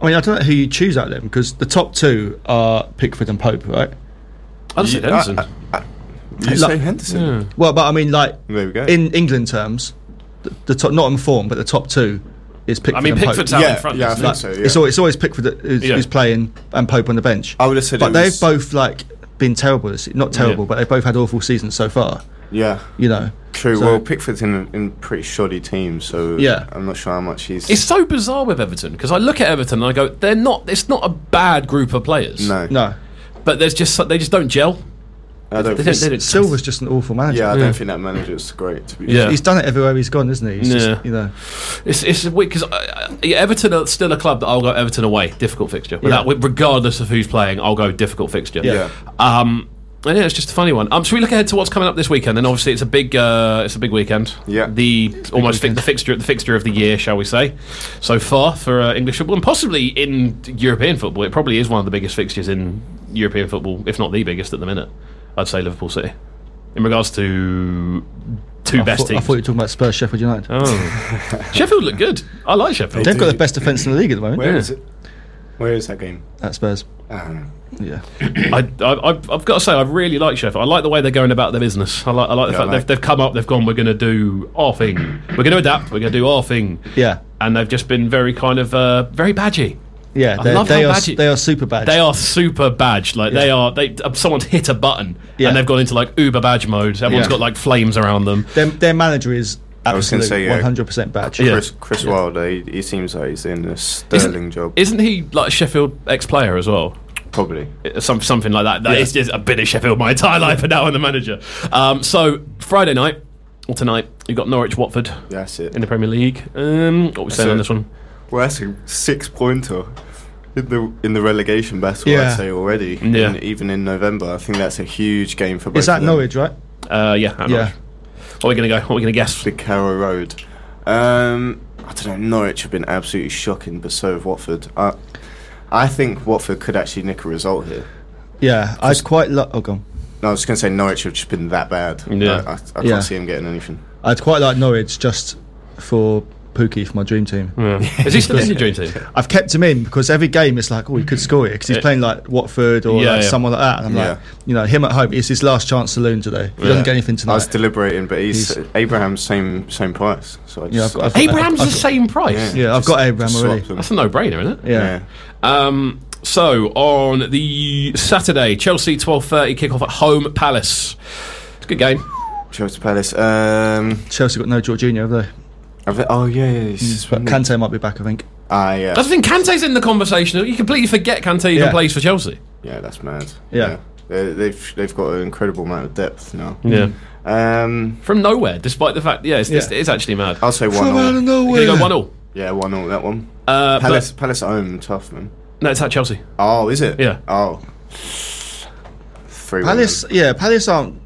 Speaker 3: I mean, I don't know who you choose out of them because the top two are Pickford and Pope, right?
Speaker 1: I just
Speaker 2: You-
Speaker 1: said Henderson.
Speaker 2: I- you
Speaker 3: Look-
Speaker 2: say Henderson.
Speaker 3: Well, but I mean, like
Speaker 2: There we go.
Speaker 3: in England terms, the, the top not on form, but the top two is Pickford.
Speaker 1: I mean,
Speaker 3: and Pope.
Speaker 1: Pickford's out
Speaker 2: Yeah,
Speaker 1: in front.
Speaker 2: yeah, I
Speaker 1: isn't
Speaker 2: think
Speaker 1: he?
Speaker 2: so.
Speaker 3: It's always, it's always Pickford that- who's,
Speaker 1: Yeah.
Speaker 3: who's playing and Pope on the bench.
Speaker 2: I would have said,
Speaker 3: but
Speaker 2: it
Speaker 3: they've
Speaker 2: was-
Speaker 3: both like been terrible. This, not terrible, but they've both had awful seasons so far.
Speaker 2: Yeah,
Speaker 3: You know,
Speaker 2: true.
Speaker 3: So-
Speaker 2: well, Pickford's in in pretty shoddy team, so
Speaker 3: Yeah.
Speaker 2: I'm not sure how much he's.
Speaker 1: It's so bizarre with Everton because I look at Everton and I go, they're not. It's not a bad group of players.
Speaker 2: no,
Speaker 3: no.
Speaker 1: but there's just so- they just don't gel.
Speaker 2: I don't.
Speaker 1: They
Speaker 2: think,
Speaker 1: don't, they don't-
Speaker 3: Silva's just an awful manager.
Speaker 2: yeah, I don't
Speaker 1: Yeah.
Speaker 2: think that manager's great. To be
Speaker 1: Yeah.
Speaker 3: He's done it everywhere he's gone, isn't he? He's
Speaker 1: Yeah.
Speaker 3: just, you know,
Speaker 1: It's it's weird because Everton are still a club that I'll go Everton away, difficult fixture. Without, Regardless of who's playing, I'll go difficult fixture.
Speaker 2: Yeah.
Speaker 1: Um, and yeah, it's just a funny one. Um, so we look ahead to what's coming up this weekend, and obviously it's a big, uh, it's a big weekend.
Speaker 2: Yeah.
Speaker 1: The almost fi- the fixture, the fixture of the year, shall we say, so far for uh, English football and possibly in European football. It probably is one of the biggest fixtures in European football, if not the biggest at the minute. I'd say Liverpool City, in regards to two
Speaker 3: I
Speaker 1: best
Speaker 3: thought, I
Speaker 1: teams.
Speaker 3: thought you were talking about Spurs, Sheffield United.
Speaker 1: Oh. Sheffield look good. I like Sheffield.
Speaker 3: They've got
Speaker 2: do.
Speaker 3: the best defence in the league at the moment.
Speaker 2: Where is it? Where is that game?
Speaker 3: At Spurs.
Speaker 2: I don't know.
Speaker 3: Yeah.
Speaker 1: I, I, I've, I've got to say, I really like Sheffield. I like the way they're going about their business. I like, I like the
Speaker 2: Yeah, I
Speaker 1: fact
Speaker 2: like-
Speaker 1: they've, they've come up, they've gone, we're going to do our thing. We're going to adapt, we're going to do our thing.
Speaker 3: Yeah.
Speaker 1: And they've just been very kind of, uh, very badgy.
Speaker 3: Yeah.
Speaker 1: I
Speaker 3: They,
Speaker 1: love
Speaker 3: they
Speaker 1: how
Speaker 3: are,
Speaker 1: bad you-
Speaker 3: they are super bad.
Speaker 1: They are super badged. Like, they are, they uh, someone's hit a button
Speaker 3: Yeah.
Speaker 1: and they've gone into like uber badge mode. Everyone's
Speaker 3: Yeah.
Speaker 1: got like flames around them.
Speaker 3: Their, their manager is
Speaker 2: was gonna
Speaker 3: absolutely
Speaker 2: say, yeah.
Speaker 3: 100% badge.
Speaker 1: Yeah.
Speaker 2: Chris Chris Wilder, he, he seems like he's in a sterling job.
Speaker 1: Isn't he like a Sheffield ex player as well? Uh,
Speaker 2: Probably.
Speaker 1: some, something like that. That
Speaker 3: Yeah.
Speaker 1: is just a bit of Sheffield my entire life, and now I'm the manager. Um, so Friday night or tonight, you have got Norwich Watford
Speaker 2: That's it.
Speaker 1: in the Premier League. Um, what are we saying
Speaker 2: So-
Speaker 1: on this one?
Speaker 2: Well, that's a six pointer in the in the relegation battle.
Speaker 3: Yeah.
Speaker 2: I'd say already.
Speaker 1: Yeah.
Speaker 2: And even in November, I think that's a huge game for both.
Speaker 3: Is that
Speaker 2: of them.
Speaker 3: Norwich, right?
Speaker 1: Uh, yeah, at Norwich.
Speaker 3: Yeah.
Speaker 1: What are we gonna go? What are we gonna guess?
Speaker 2: The Carrow Road. Um, I don't know. Norwich have been absolutely shocking, but so have Watford. I, I think Watford could actually nick a result here.
Speaker 3: Yeah. I quite like. Oh, gone.
Speaker 2: No, I was going to say Norwich have just been that bad.
Speaker 1: Yeah.
Speaker 2: I, I, I can't
Speaker 3: Yeah.
Speaker 2: see him getting anything.
Speaker 3: I'd quite like Norwich just for Pookie for my dream team.
Speaker 1: Is he still in the dream team?
Speaker 3: I've kept him in because every game it's like, oh, he could score here because he's
Speaker 1: Yeah.
Speaker 3: playing like Watford or
Speaker 1: Yeah,
Speaker 3: like
Speaker 1: yeah.
Speaker 3: someone like that. And I'm like,
Speaker 2: Yeah.
Speaker 3: you know, him at home, it's his last chance saloon today. He doesn't get anything
Speaker 2: I
Speaker 3: tonight.
Speaker 2: was deliberating, but he's,
Speaker 3: He's-
Speaker 2: Abraham's same same price. So I
Speaker 3: Yeah,
Speaker 2: just
Speaker 3: I've got- I've got-
Speaker 1: Abraham's the same price.
Speaker 3: yeah, I've
Speaker 2: just-
Speaker 3: got Abraham
Speaker 2: just
Speaker 3: already.
Speaker 2: swap them.
Speaker 1: That's a no-brainer, isn't it?
Speaker 3: Yeah.
Speaker 2: Yeah.
Speaker 1: Um, so on the Saturday, Chelsea twelve thirty kickoff at home Palace. It's a good game.
Speaker 2: Chelsea Palace. Um,
Speaker 3: Chelsea got no Jorginho, have they?
Speaker 2: have they- oh yeah, yeah, yeah. he's
Speaker 3: But
Speaker 2: suspended.
Speaker 3: Kante might be back, I think.
Speaker 2: Ah, yeah.
Speaker 1: That's the thing. Kante's in the conversation. You completely forget Kante even
Speaker 3: Yeah.
Speaker 1: plays for Chelsea.
Speaker 2: Yeah, that's mad.
Speaker 3: Yeah.
Speaker 2: They- They've they've got an incredible amount of depth now.
Speaker 1: Yeah.
Speaker 2: Um,
Speaker 1: from nowhere, despite the fact, yeah, it's, it's,
Speaker 3: Yeah. Uh,
Speaker 1: it's actually mad.
Speaker 2: I'll say one all.
Speaker 1: We're gonna go one all.
Speaker 2: Yeah, one all that one.
Speaker 1: Uh,
Speaker 2: Palace
Speaker 1: Palace.
Speaker 2: Palace at home, tough man.
Speaker 1: no, it's at Chelsea.
Speaker 2: Oh, is it?
Speaker 1: Yeah.
Speaker 2: Oh. Three.
Speaker 3: Palace, yeah, Palace aren't.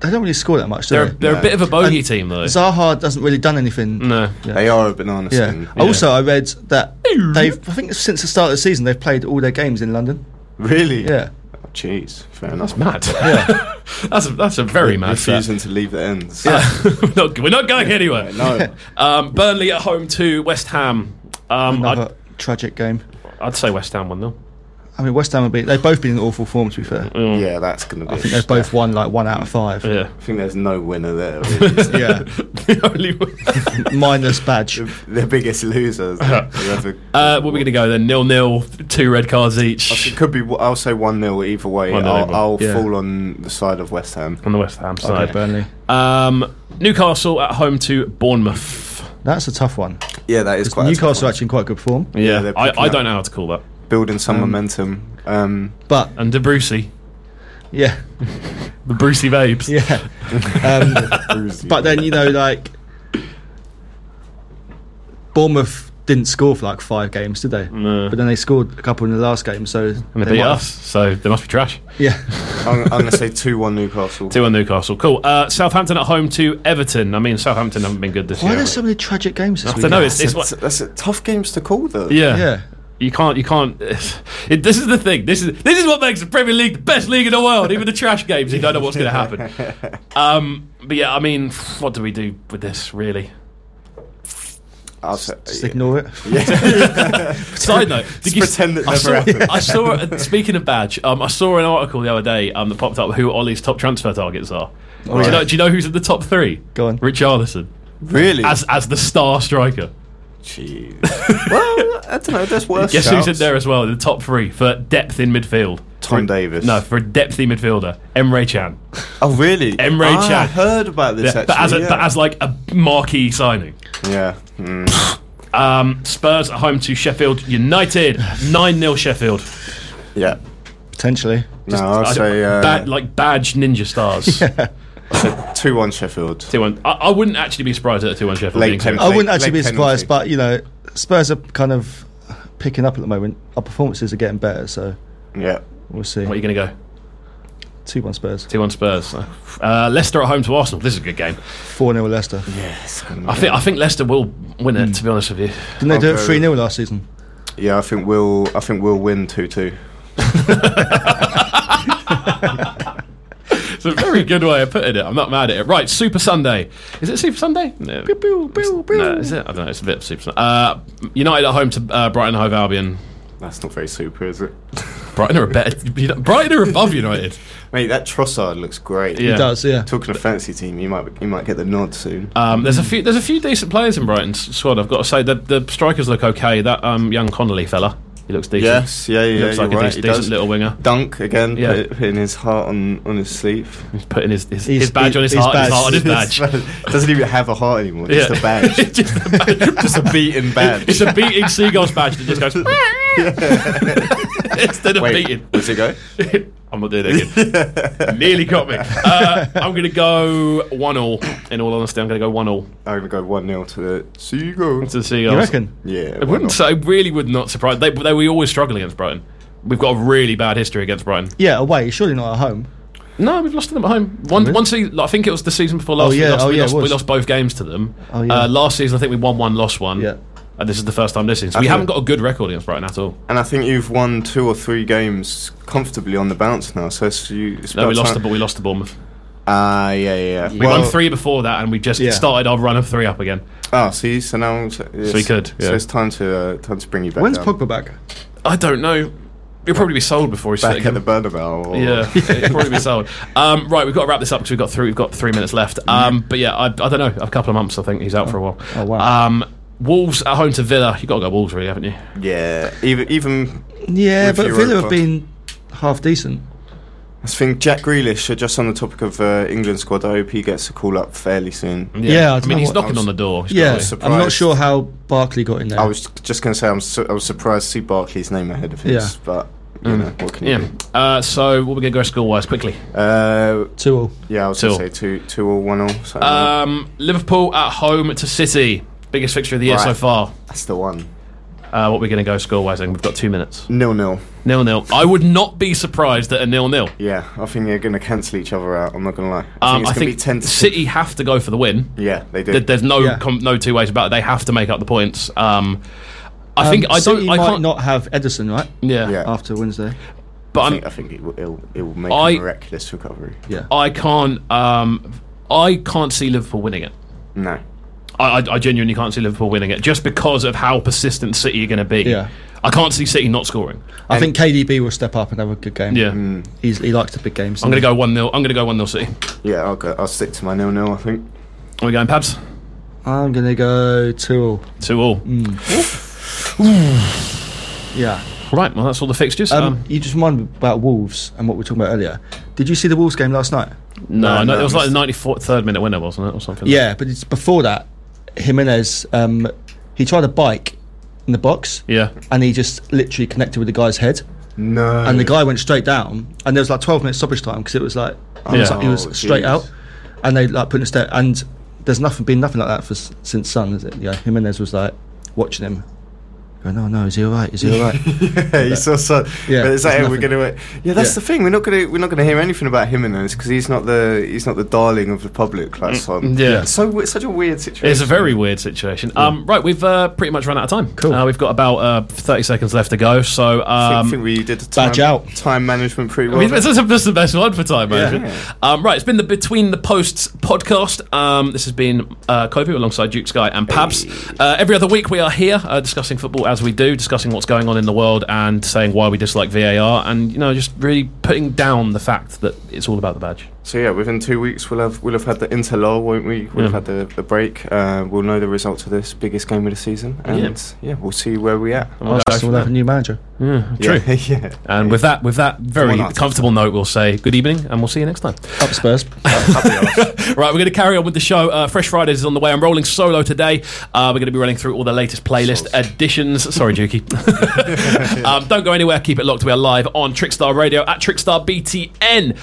Speaker 3: They don't really score that much, do
Speaker 1: They're
Speaker 3: they?
Speaker 1: they're a
Speaker 2: No.
Speaker 1: bit of a bogey
Speaker 3: And
Speaker 1: team though.
Speaker 3: Zaha doesn't really done anything.
Speaker 1: no,
Speaker 2: They are a banana
Speaker 3: Yeah. Oh.
Speaker 2: skin.
Speaker 3: Also, I read that they've. I think since the start of the season, they've played all their games in London.
Speaker 2: Really?
Speaker 3: Yeah.
Speaker 2: Oh, Jeez. Fair enough.
Speaker 1: mad. Yeah, that's a, that's a very mad. stat.
Speaker 2: Refusing to leave the ends.
Speaker 1: we're, not, we're not going anywhere.
Speaker 2: No.
Speaker 1: Um, Burnley at home to West Ham. Um, I'd,
Speaker 3: Another tragic game.
Speaker 1: I'd say West Ham one 0
Speaker 3: I mean, West Ham have been, they've both been in awful form, to be fair. I
Speaker 2: Yeah, that's going to be. I
Speaker 3: think they've both won like one out of five.
Speaker 4: Yeah.
Speaker 2: I think there's no winner there. Really.
Speaker 3: Yeah.
Speaker 4: the only one.
Speaker 3: Minus badge.
Speaker 2: the biggest losers. Whoever-
Speaker 1: Uh, what are we going to go then? Nil nil, two red cards each
Speaker 2: It could be. I'll say one 0 either way.
Speaker 4: One nil either
Speaker 2: I'll,
Speaker 4: way.
Speaker 2: I'll
Speaker 3: Yeah.
Speaker 2: fall on the side of West Ham.
Speaker 1: on the West Ham
Speaker 3: Okay,
Speaker 1: side.
Speaker 3: Burnley.
Speaker 1: Um, Newcastle at home to Bournemouth.
Speaker 3: That's a tough one.
Speaker 2: Yeah, that is quite. a tough
Speaker 3: Newcastle are
Speaker 2: one.
Speaker 3: actually in quite good form,
Speaker 2: Yeah, they're
Speaker 1: I,
Speaker 2: picking
Speaker 1: I
Speaker 2: up.
Speaker 1: don't know how to call that.
Speaker 2: building
Speaker 3: Mm.
Speaker 2: some momentum. Um,
Speaker 3: but
Speaker 1: And De Brucey,
Speaker 3: yeah,
Speaker 1: the Brucey Babes.
Speaker 3: yeah. Um, but then you know, like Bournemouth didn't score for like five games, did they?
Speaker 4: No.
Speaker 3: But then they scored a couple in the last game, so
Speaker 1: And they, beat us, so they must be trash.
Speaker 3: Yeah,
Speaker 2: I'm, I'm gonna say two one Newcastle.
Speaker 1: Two on Newcastle. Cool. Uh, Southampton at home to Everton. I mean, Southampton haven't been good this
Speaker 3: why are
Speaker 1: year.
Speaker 3: there so many tragic games this
Speaker 1: I
Speaker 3: week?
Speaker 1: don't know. It's,
Speaker 2: That's,
Speaker 1: it's
Speaker 2: a-
Speaker 1: what,
Speaker 2: that's a tough games to call though.
Speaker 1: yeah.
Speaker 3: yeah,
Speaker 1: You can't. You can't. It, this is the thing. This is this is what makes the Premier League the best league in the world. Even the trash games, you don't know what's going to happen. Um, but yeah, I mean, what do we do with this really?
Speaker 2: I'll say,
Speaker 3: just ignore it.
Speaker 1: Side note: did
Speaker 2: Just
Speaker 1: you-
Speaker 2: pretend it
Speaker 1: I
Speaker 2: never
Speaker 1: saw,
Speaker 2: happened.
Speaker 1: I saw. uh, Speaking of badge, um, I saw an article the other day um, that popped up who Ollie's top transfer targets are. Do, you
Speaker 3: Right.
Speaker 1: know, do you know who's in the top three?
Speaker 3: Go on.
Speaker 1: Richarlison
Speaker 2: really?
Speaker 1: as as the star striker.
Speaker 2: Jeez. well, I don't know. There's worse.
Speaker 1: Guess
Speaker 2: shouts.
Speaker 1: who's in there as well in the top three for depth in midfield?
Speaker 2: Tom Davis.
Speaker 1: No, for a depthy midfielder, Emre Chan.
Speaker 2: Oh, really?
Speaker 1: Emre
Speaker 2: ah,
Speaker 1: Can.
Speaker 2: I heard about this
Speaker 1: Yeah,
Speaker 2: actually.
Speaker 1: but as a,
Speaker 2: yeah.
Speaker 1: but as like a marquee signing.
Speaker 2: yeah. Mm.
Speaker 1: Um, Spurs at home to Sheffield United, nine 0 Sheffield.
Speaker 2: yeah.
Speaker 3: Potentially,
Speaker 2: No, I'll
Speaker 1: I don't-
Speaker 2: say uh,
Speaker 1: ba- like badge ninja stars.
Speaker 2: two one Sheffield.
Speaker 1: Two one. I, I wouldn't actually be surprised at a two one Sheffield.
Speaker 2: Late Oh.
Speaker 1: being second.
Speaker 2: penalty.
Speaker 3: I wouldn't
Speaker 2: Late-
Speaker 3: actually be
Speaker 2: late
Speaker 3: surprised.
Speaker 2: penalty.
Speaker 3: But you know, Spurs are kind of picking up at the moment. Our performances are getting better, so
Speaker 2: Yeah.
Speaker 3: we'll see.
Speaker 1: What are you going to go?
Speaker 3: Two one Spurs,
Speaker 1: Two one Spurs. Uh, Leicester at home to Arsenal. This is a good game.
Speaker 3: four 0 Leicester.
Speaker 2: Yes.
Speaker 1: I think I think Leicester will win
Speaker 2: Hmm.
Speaker 1: it. To be honest with you,
Speaker 3: Didn't they
Speaker 2: I'll
Speaker 3: do it
Speaker 2: go-
Speaker 3: three 0 last season?
Speaker 2: Yeah, I think we'll. I think we'll win two two.
Speaker 1: it's a very good way of putting it. I'm not mad at it. Right, Super Sunday. Is it Super Sunday? No. No, is it? I don't know. It's a bit of Super Sunday. Uh, United at home to uh, Brighton Hove Albion.
Speaker 2: That's not very super, is it?
Speaker 1: Brighton are a better. you know, Brighton are above United.
Speaker 2: Mate, that Trossard looks great.
Speaker 1: Yeah.
Speaker 3: It does, yeah.
Speaker 2: Talking of fancy team, you might you might get the nod soon.
Speaker 1: Um, there's a few. There's a few decent players in Brighton's squad. I've got to say the the strikers look okay. That um, young Connolly fella, he looks decent.
Speaker 2: yes, yeah, yeah,
Speaker 1: he looks
Speaker 2: you're
Speaker 1: like a
Speaker 2: right.
Speaker 1: decent,
Speaker 2: he
Speaker 1: decent
Speaker 2: does.
Speaker 1: little winger.
Speaker 2: Dunk again,
Speaker 1: Yeah.
Speaker 2: yeah. putting his heart on, on his sleeve.
Speaker 1: He's putting his his,
Speaker 3: He's-
Speaker 1: his badge on his
Speaker 3: he's
Speaker 1: heart, his
Speaker 3: badge.
Speaker 1: heart on his badge.
Speaker 2: Doesn't even have a heart anymore.
Speaker 1: Yeah.
Speaker 2: Just a badge.
Speaker 1: Just a badge.
Speaker 2: just a beaten
Speaker 1: It's
Speaker 2: badge.
Speaker 1: a beating seagull's badge that just goes instead of
Speaker 2: Wait,
Speaker 1: beating.
Speaker 2: where's it go?
Speaker 1: I'm not doing it again. Nearly got me. Uh, I'm going to go one all. In all honesty, I'm going to go one all
Speaker 2: I'm gonna go one 0 to the Seagulls.
Speaker 1: to the seagulls.
Speaker 3: You reckon?
Speaker 2: Yeah,
Speaker 1: I wouldn't. So it really would not surprise. They, they we always struggle against Brighton. We've got a really bad history against Brighton.
Speaker 3: Yeah, away. Surely not at home.
Speaker 1: No, we've lost to them at home. One, one season, I think it was the season before last.
Speaker 3: Oh,
Speaker 1: we
Speaker 3: yeah,
Speaker 1: lost,
Speaker 3: oh,
Speaker 1: we,
Speaker 3: yeah, it
Speaker 1: lost we
Speaker 3: was.
Speaker 1: lost both games to them.
Speaker 3: Oh, yeah.
Speaker 1: uh, last season, I think we won one, lost one.
Speaker 3: Yeah.
Speaker 1: And this is the first time this season. So we
Speaker 2: think-
Speaker 1: haven't got a good record against Brighton at all.
Speaker 2: And I think you've won two or three games comfortably on the bounce now. So it's you. It's
Speaker 1: No, we
Speaker 2: about
Speaker 1: lost, to,
Speaker 2: time-
Speaker 1: but we lost to Bournemouth.
Speaker 2: Ah, yeah, yeah.
Speaker 1: We won three before that, and we just
Speaker 3: Yeah.
Speaker 1: started our run of three up again.
Speaker 2: Oh, see, so now so
Speaker 1: we could, yeah.
Speaker 2: So it's time to uh, time to bring you back.
Speaker 1: um,
Speaker 3: When's
Speaker 2: down.
Speaker 3: Pogba back?
Speaker 1: I don't know. He'll probably be sold before he's fit
Speaker 2: back at the
Speaker 1: again.
Speaker 2: Bernabeu? Or
Speaker 1: Yeah, it'll probably be sold. Um, right, we've got to wrap this up because we've got three. We've got three minutes left. Um, but yeah, I, I don't know. A couple of months, I think he's out for a while.
Speaker 3: Oh, wow.
Speaker 1: Um, Wolves at home to Villa. You got to go Wolves, really, haven't you?
Speaker 2: yeah. Even even
Speaker 3: Yeah,
Speaker 2: With
Speaker 3: but
Speaker 2: Europa.
Speaker 3: Villa have been half decent.
Speaker 2: I think Jack Grealish. uh, Just on the topic of uh, England squad, I hope he gets a call up fairly soon.
Speaker 3: Yeah, I
Speaker 1: I,
Speaker 3: don't
Speaker 1: mean
Speaker 3: know
Speaker 1: he's
Speaker 3: what-
Speaker 1: knocking
Speaker 2: I was-
Speaker 1: on the door. He's
Speaker 3: Yeah,
Speaker 1: got to-
Speaker 3: I'm not
Speaker 2: surprised.
Speaker 3: sure how Barkley got in there.
Speaker 2: I was just gonna say I'm su- I was surprised to see Barkley's name ahead of his,
Speaker 3: Yeah.
Speaker 2: but you know what can you
Speaker 1: Mm. yeah. Uh, so what are we gonna go score wise quickly?
Speaker 2: do? Uh,
Speaker 3: two all.
Speaker 2: yeah, I was
Speaker 1: Two.
Speaker 2: gonna say two two or one or something.
Speaker 1: Um, Liverpool at home to City. Biggest fixture of the year so
Speaker 2: Right.
Speaker 1: far.
Speaker 2: That's the one.
Speaker 1: Uh, what are we gonna go score wise? Then we've got two minutes.
Speaker 2: Nil nil.
Speaker 1: Nil nil. I would not be surprised at a nil nil.
Speaker 2: Yeah, I think they're gonna cancel each other out. I'm not gonna lie. I
Speaker 1: Um,
Speaker 2: think
Speaker 1: I
Speaker 2: it's gonna
Speaker 1: think
Speaker 2: be ten to
Speaker 1: City have to go for the win.
Speaker 2: Yeah, they do.
Speaker 1: There- There's no
Speaker 3: Yeah.
Speaker 1: com- no two ways about it. They have to make up the points. Um, I think I don't.
Speaker 3: City
Speaker 1: I
Speaker 3: might
Speaker 1: can't.
Speaker 3: not have Edison right
Speaker 1: yeah.
Speaker 2: Yeah.
Speaker 3: after Wednesday.
Speaker 1: But
Speaker 2: I
Speaker 1: I'm,
Speaker 2: think, I think it will, it'll, it'll make
Speaker 1: um, I-
Speaker 2: a miraculous recovery.
Speaker 3: Yeah,
Speaker 1: I can't. Um, I can't see Liverpool winning it.
Speaker 2: No.
Speaker 1: I, I, I genuinely can't see Liverpool winning it just because of how persistent City are going to be.
Speaker 3: yeah.
Speaker 1: I can't see City not scoring.
Speaker 3: I think KDB will step up and have a good game.
Speaker 1: Yeah.
Speaker 3: He's, he likes the big games.
Speaker 1: I'm going to go 1 0. I'm going to go 1 0 City.
Speaker 2: Yeah, I'll go. I'll stick to my nil nil. I think.
Speaker 1: Are we going, Pabs?
Speaker 3: I'm going to go two. all.
Speaker 1: 2 all.
Speaker 3: Mm. Yeah.
Speaker 1: Right, well, that's all the fixtures.
Speaker 3: Um,
Speaker 1: Um,
Speaker 3: you just reminded me about Wolves and what we were talking about earlier. Did you see the Wolves game last night?
Speaker 1: no,
Speaker 2: no,
Speaker 1: no, it was
Speaker 2: no.
Speaker 1: like the 94th, third minute winner, wasn't it, or something?
Speaker 3: Yeah, but it's before that. Jimenez, um, he tried a bike in the box
Speaker 1: Yeah.
Speaker 3: and he just literally connected with the guy's head.
Speaker 2: No.
Speaker 3: and the guy went straight down, and there was like 12 minutes stoppage time because it was like, he was,
Speaker 1: Yeah.
Speaker 3: like- he was
Speaker 2: Oh,
Speaker 3: straight
Speaker 2: jeez.
Speaker 3: out, and they like put in a step, and there's nothing been nothing like that for s- since Sun, is it? Yeah, Jimenez was like watching him, going, "Oh no, is he all right? Is he all right?"
Speaker 2: Yeah, you saw so.
Speaker 3: Yeah,
Speaker 2: Yeah, but it's
Speaker 3: there's
Speaker 2: like, hey, we're
Speaker 3: nothing.
Speaker 2: gonna. Yeah, that's
Speaker 3: Yeah.
Speaker 2: the thing. We're not gonna. We're not gonna hear anything about him in this because he's not the. He's not the darling of the public. Like Son.
Speaker 1: Mm. yeah.
Speaker 2: It's so it's such a weird situation.
Speaker 1: It's a very weird situation. Um, right, we've uh, pretty much run out of time.
Speaker 3: Cool.
Speaker 1: Uh, we've got about uh, 30 seconds left to go. So,
Speaker 2: I think,
Speaker 1: um,
Speaker 2: think we did the
Speaker 3: badge
Speaker 2: time,
Speaker 3: out.
Speaker 2: time management
Speaker 1: I
Speaker 2: pretty well.
Speaker 1: mean, that's, that's- that's the best one for time management.
Speaker 2: Yeah.
Speaker 1: Um, right, it's been the Between the Posts podcast. Um, this has been uh, Kobe alongside Duke Sky and Pabs. Uh, every other week we are here uh, discussing football as we do, discussing what's going on in the world and saying why we dislike VAR and, you know, just really putting down the fact that it's all about the badge.
Speaker 2: so yeah, within two weeks we'll have we'll have had the interlull, won't we? We'll
Speaker 1: Yeah.
Speaker 2: have had the, the break. Uh, we'll know the results of this biggest game of the season, and yeah, we'll see where we at.
Speaker 1: We'll go
Speaker 3: Arsenal
Speaker 1: from
Speaker 3: will have a
Speaker 1: there.
Speaker 3: new manager.
Speaker 1: True.
Speaker 2: Yeah. yeah.
Speaker 1: And with that, with that very
Speaker 2: Come on, Arteta.
Speaker 1: comfortable note, we'll say good evening and we'll see you next time.
Speaker 3: Up Spurs.
Speaker 1: Right, we're going to carry on with the show. Uh, Fresh Fridays is on the way. I'm rolling solo today. Uh, we're going to be running through all the latest playlist additions. Sorry, Juki. um, don't go anywhere. Keep it locked. We are live on Trickstar Radio at Trickstar BTN.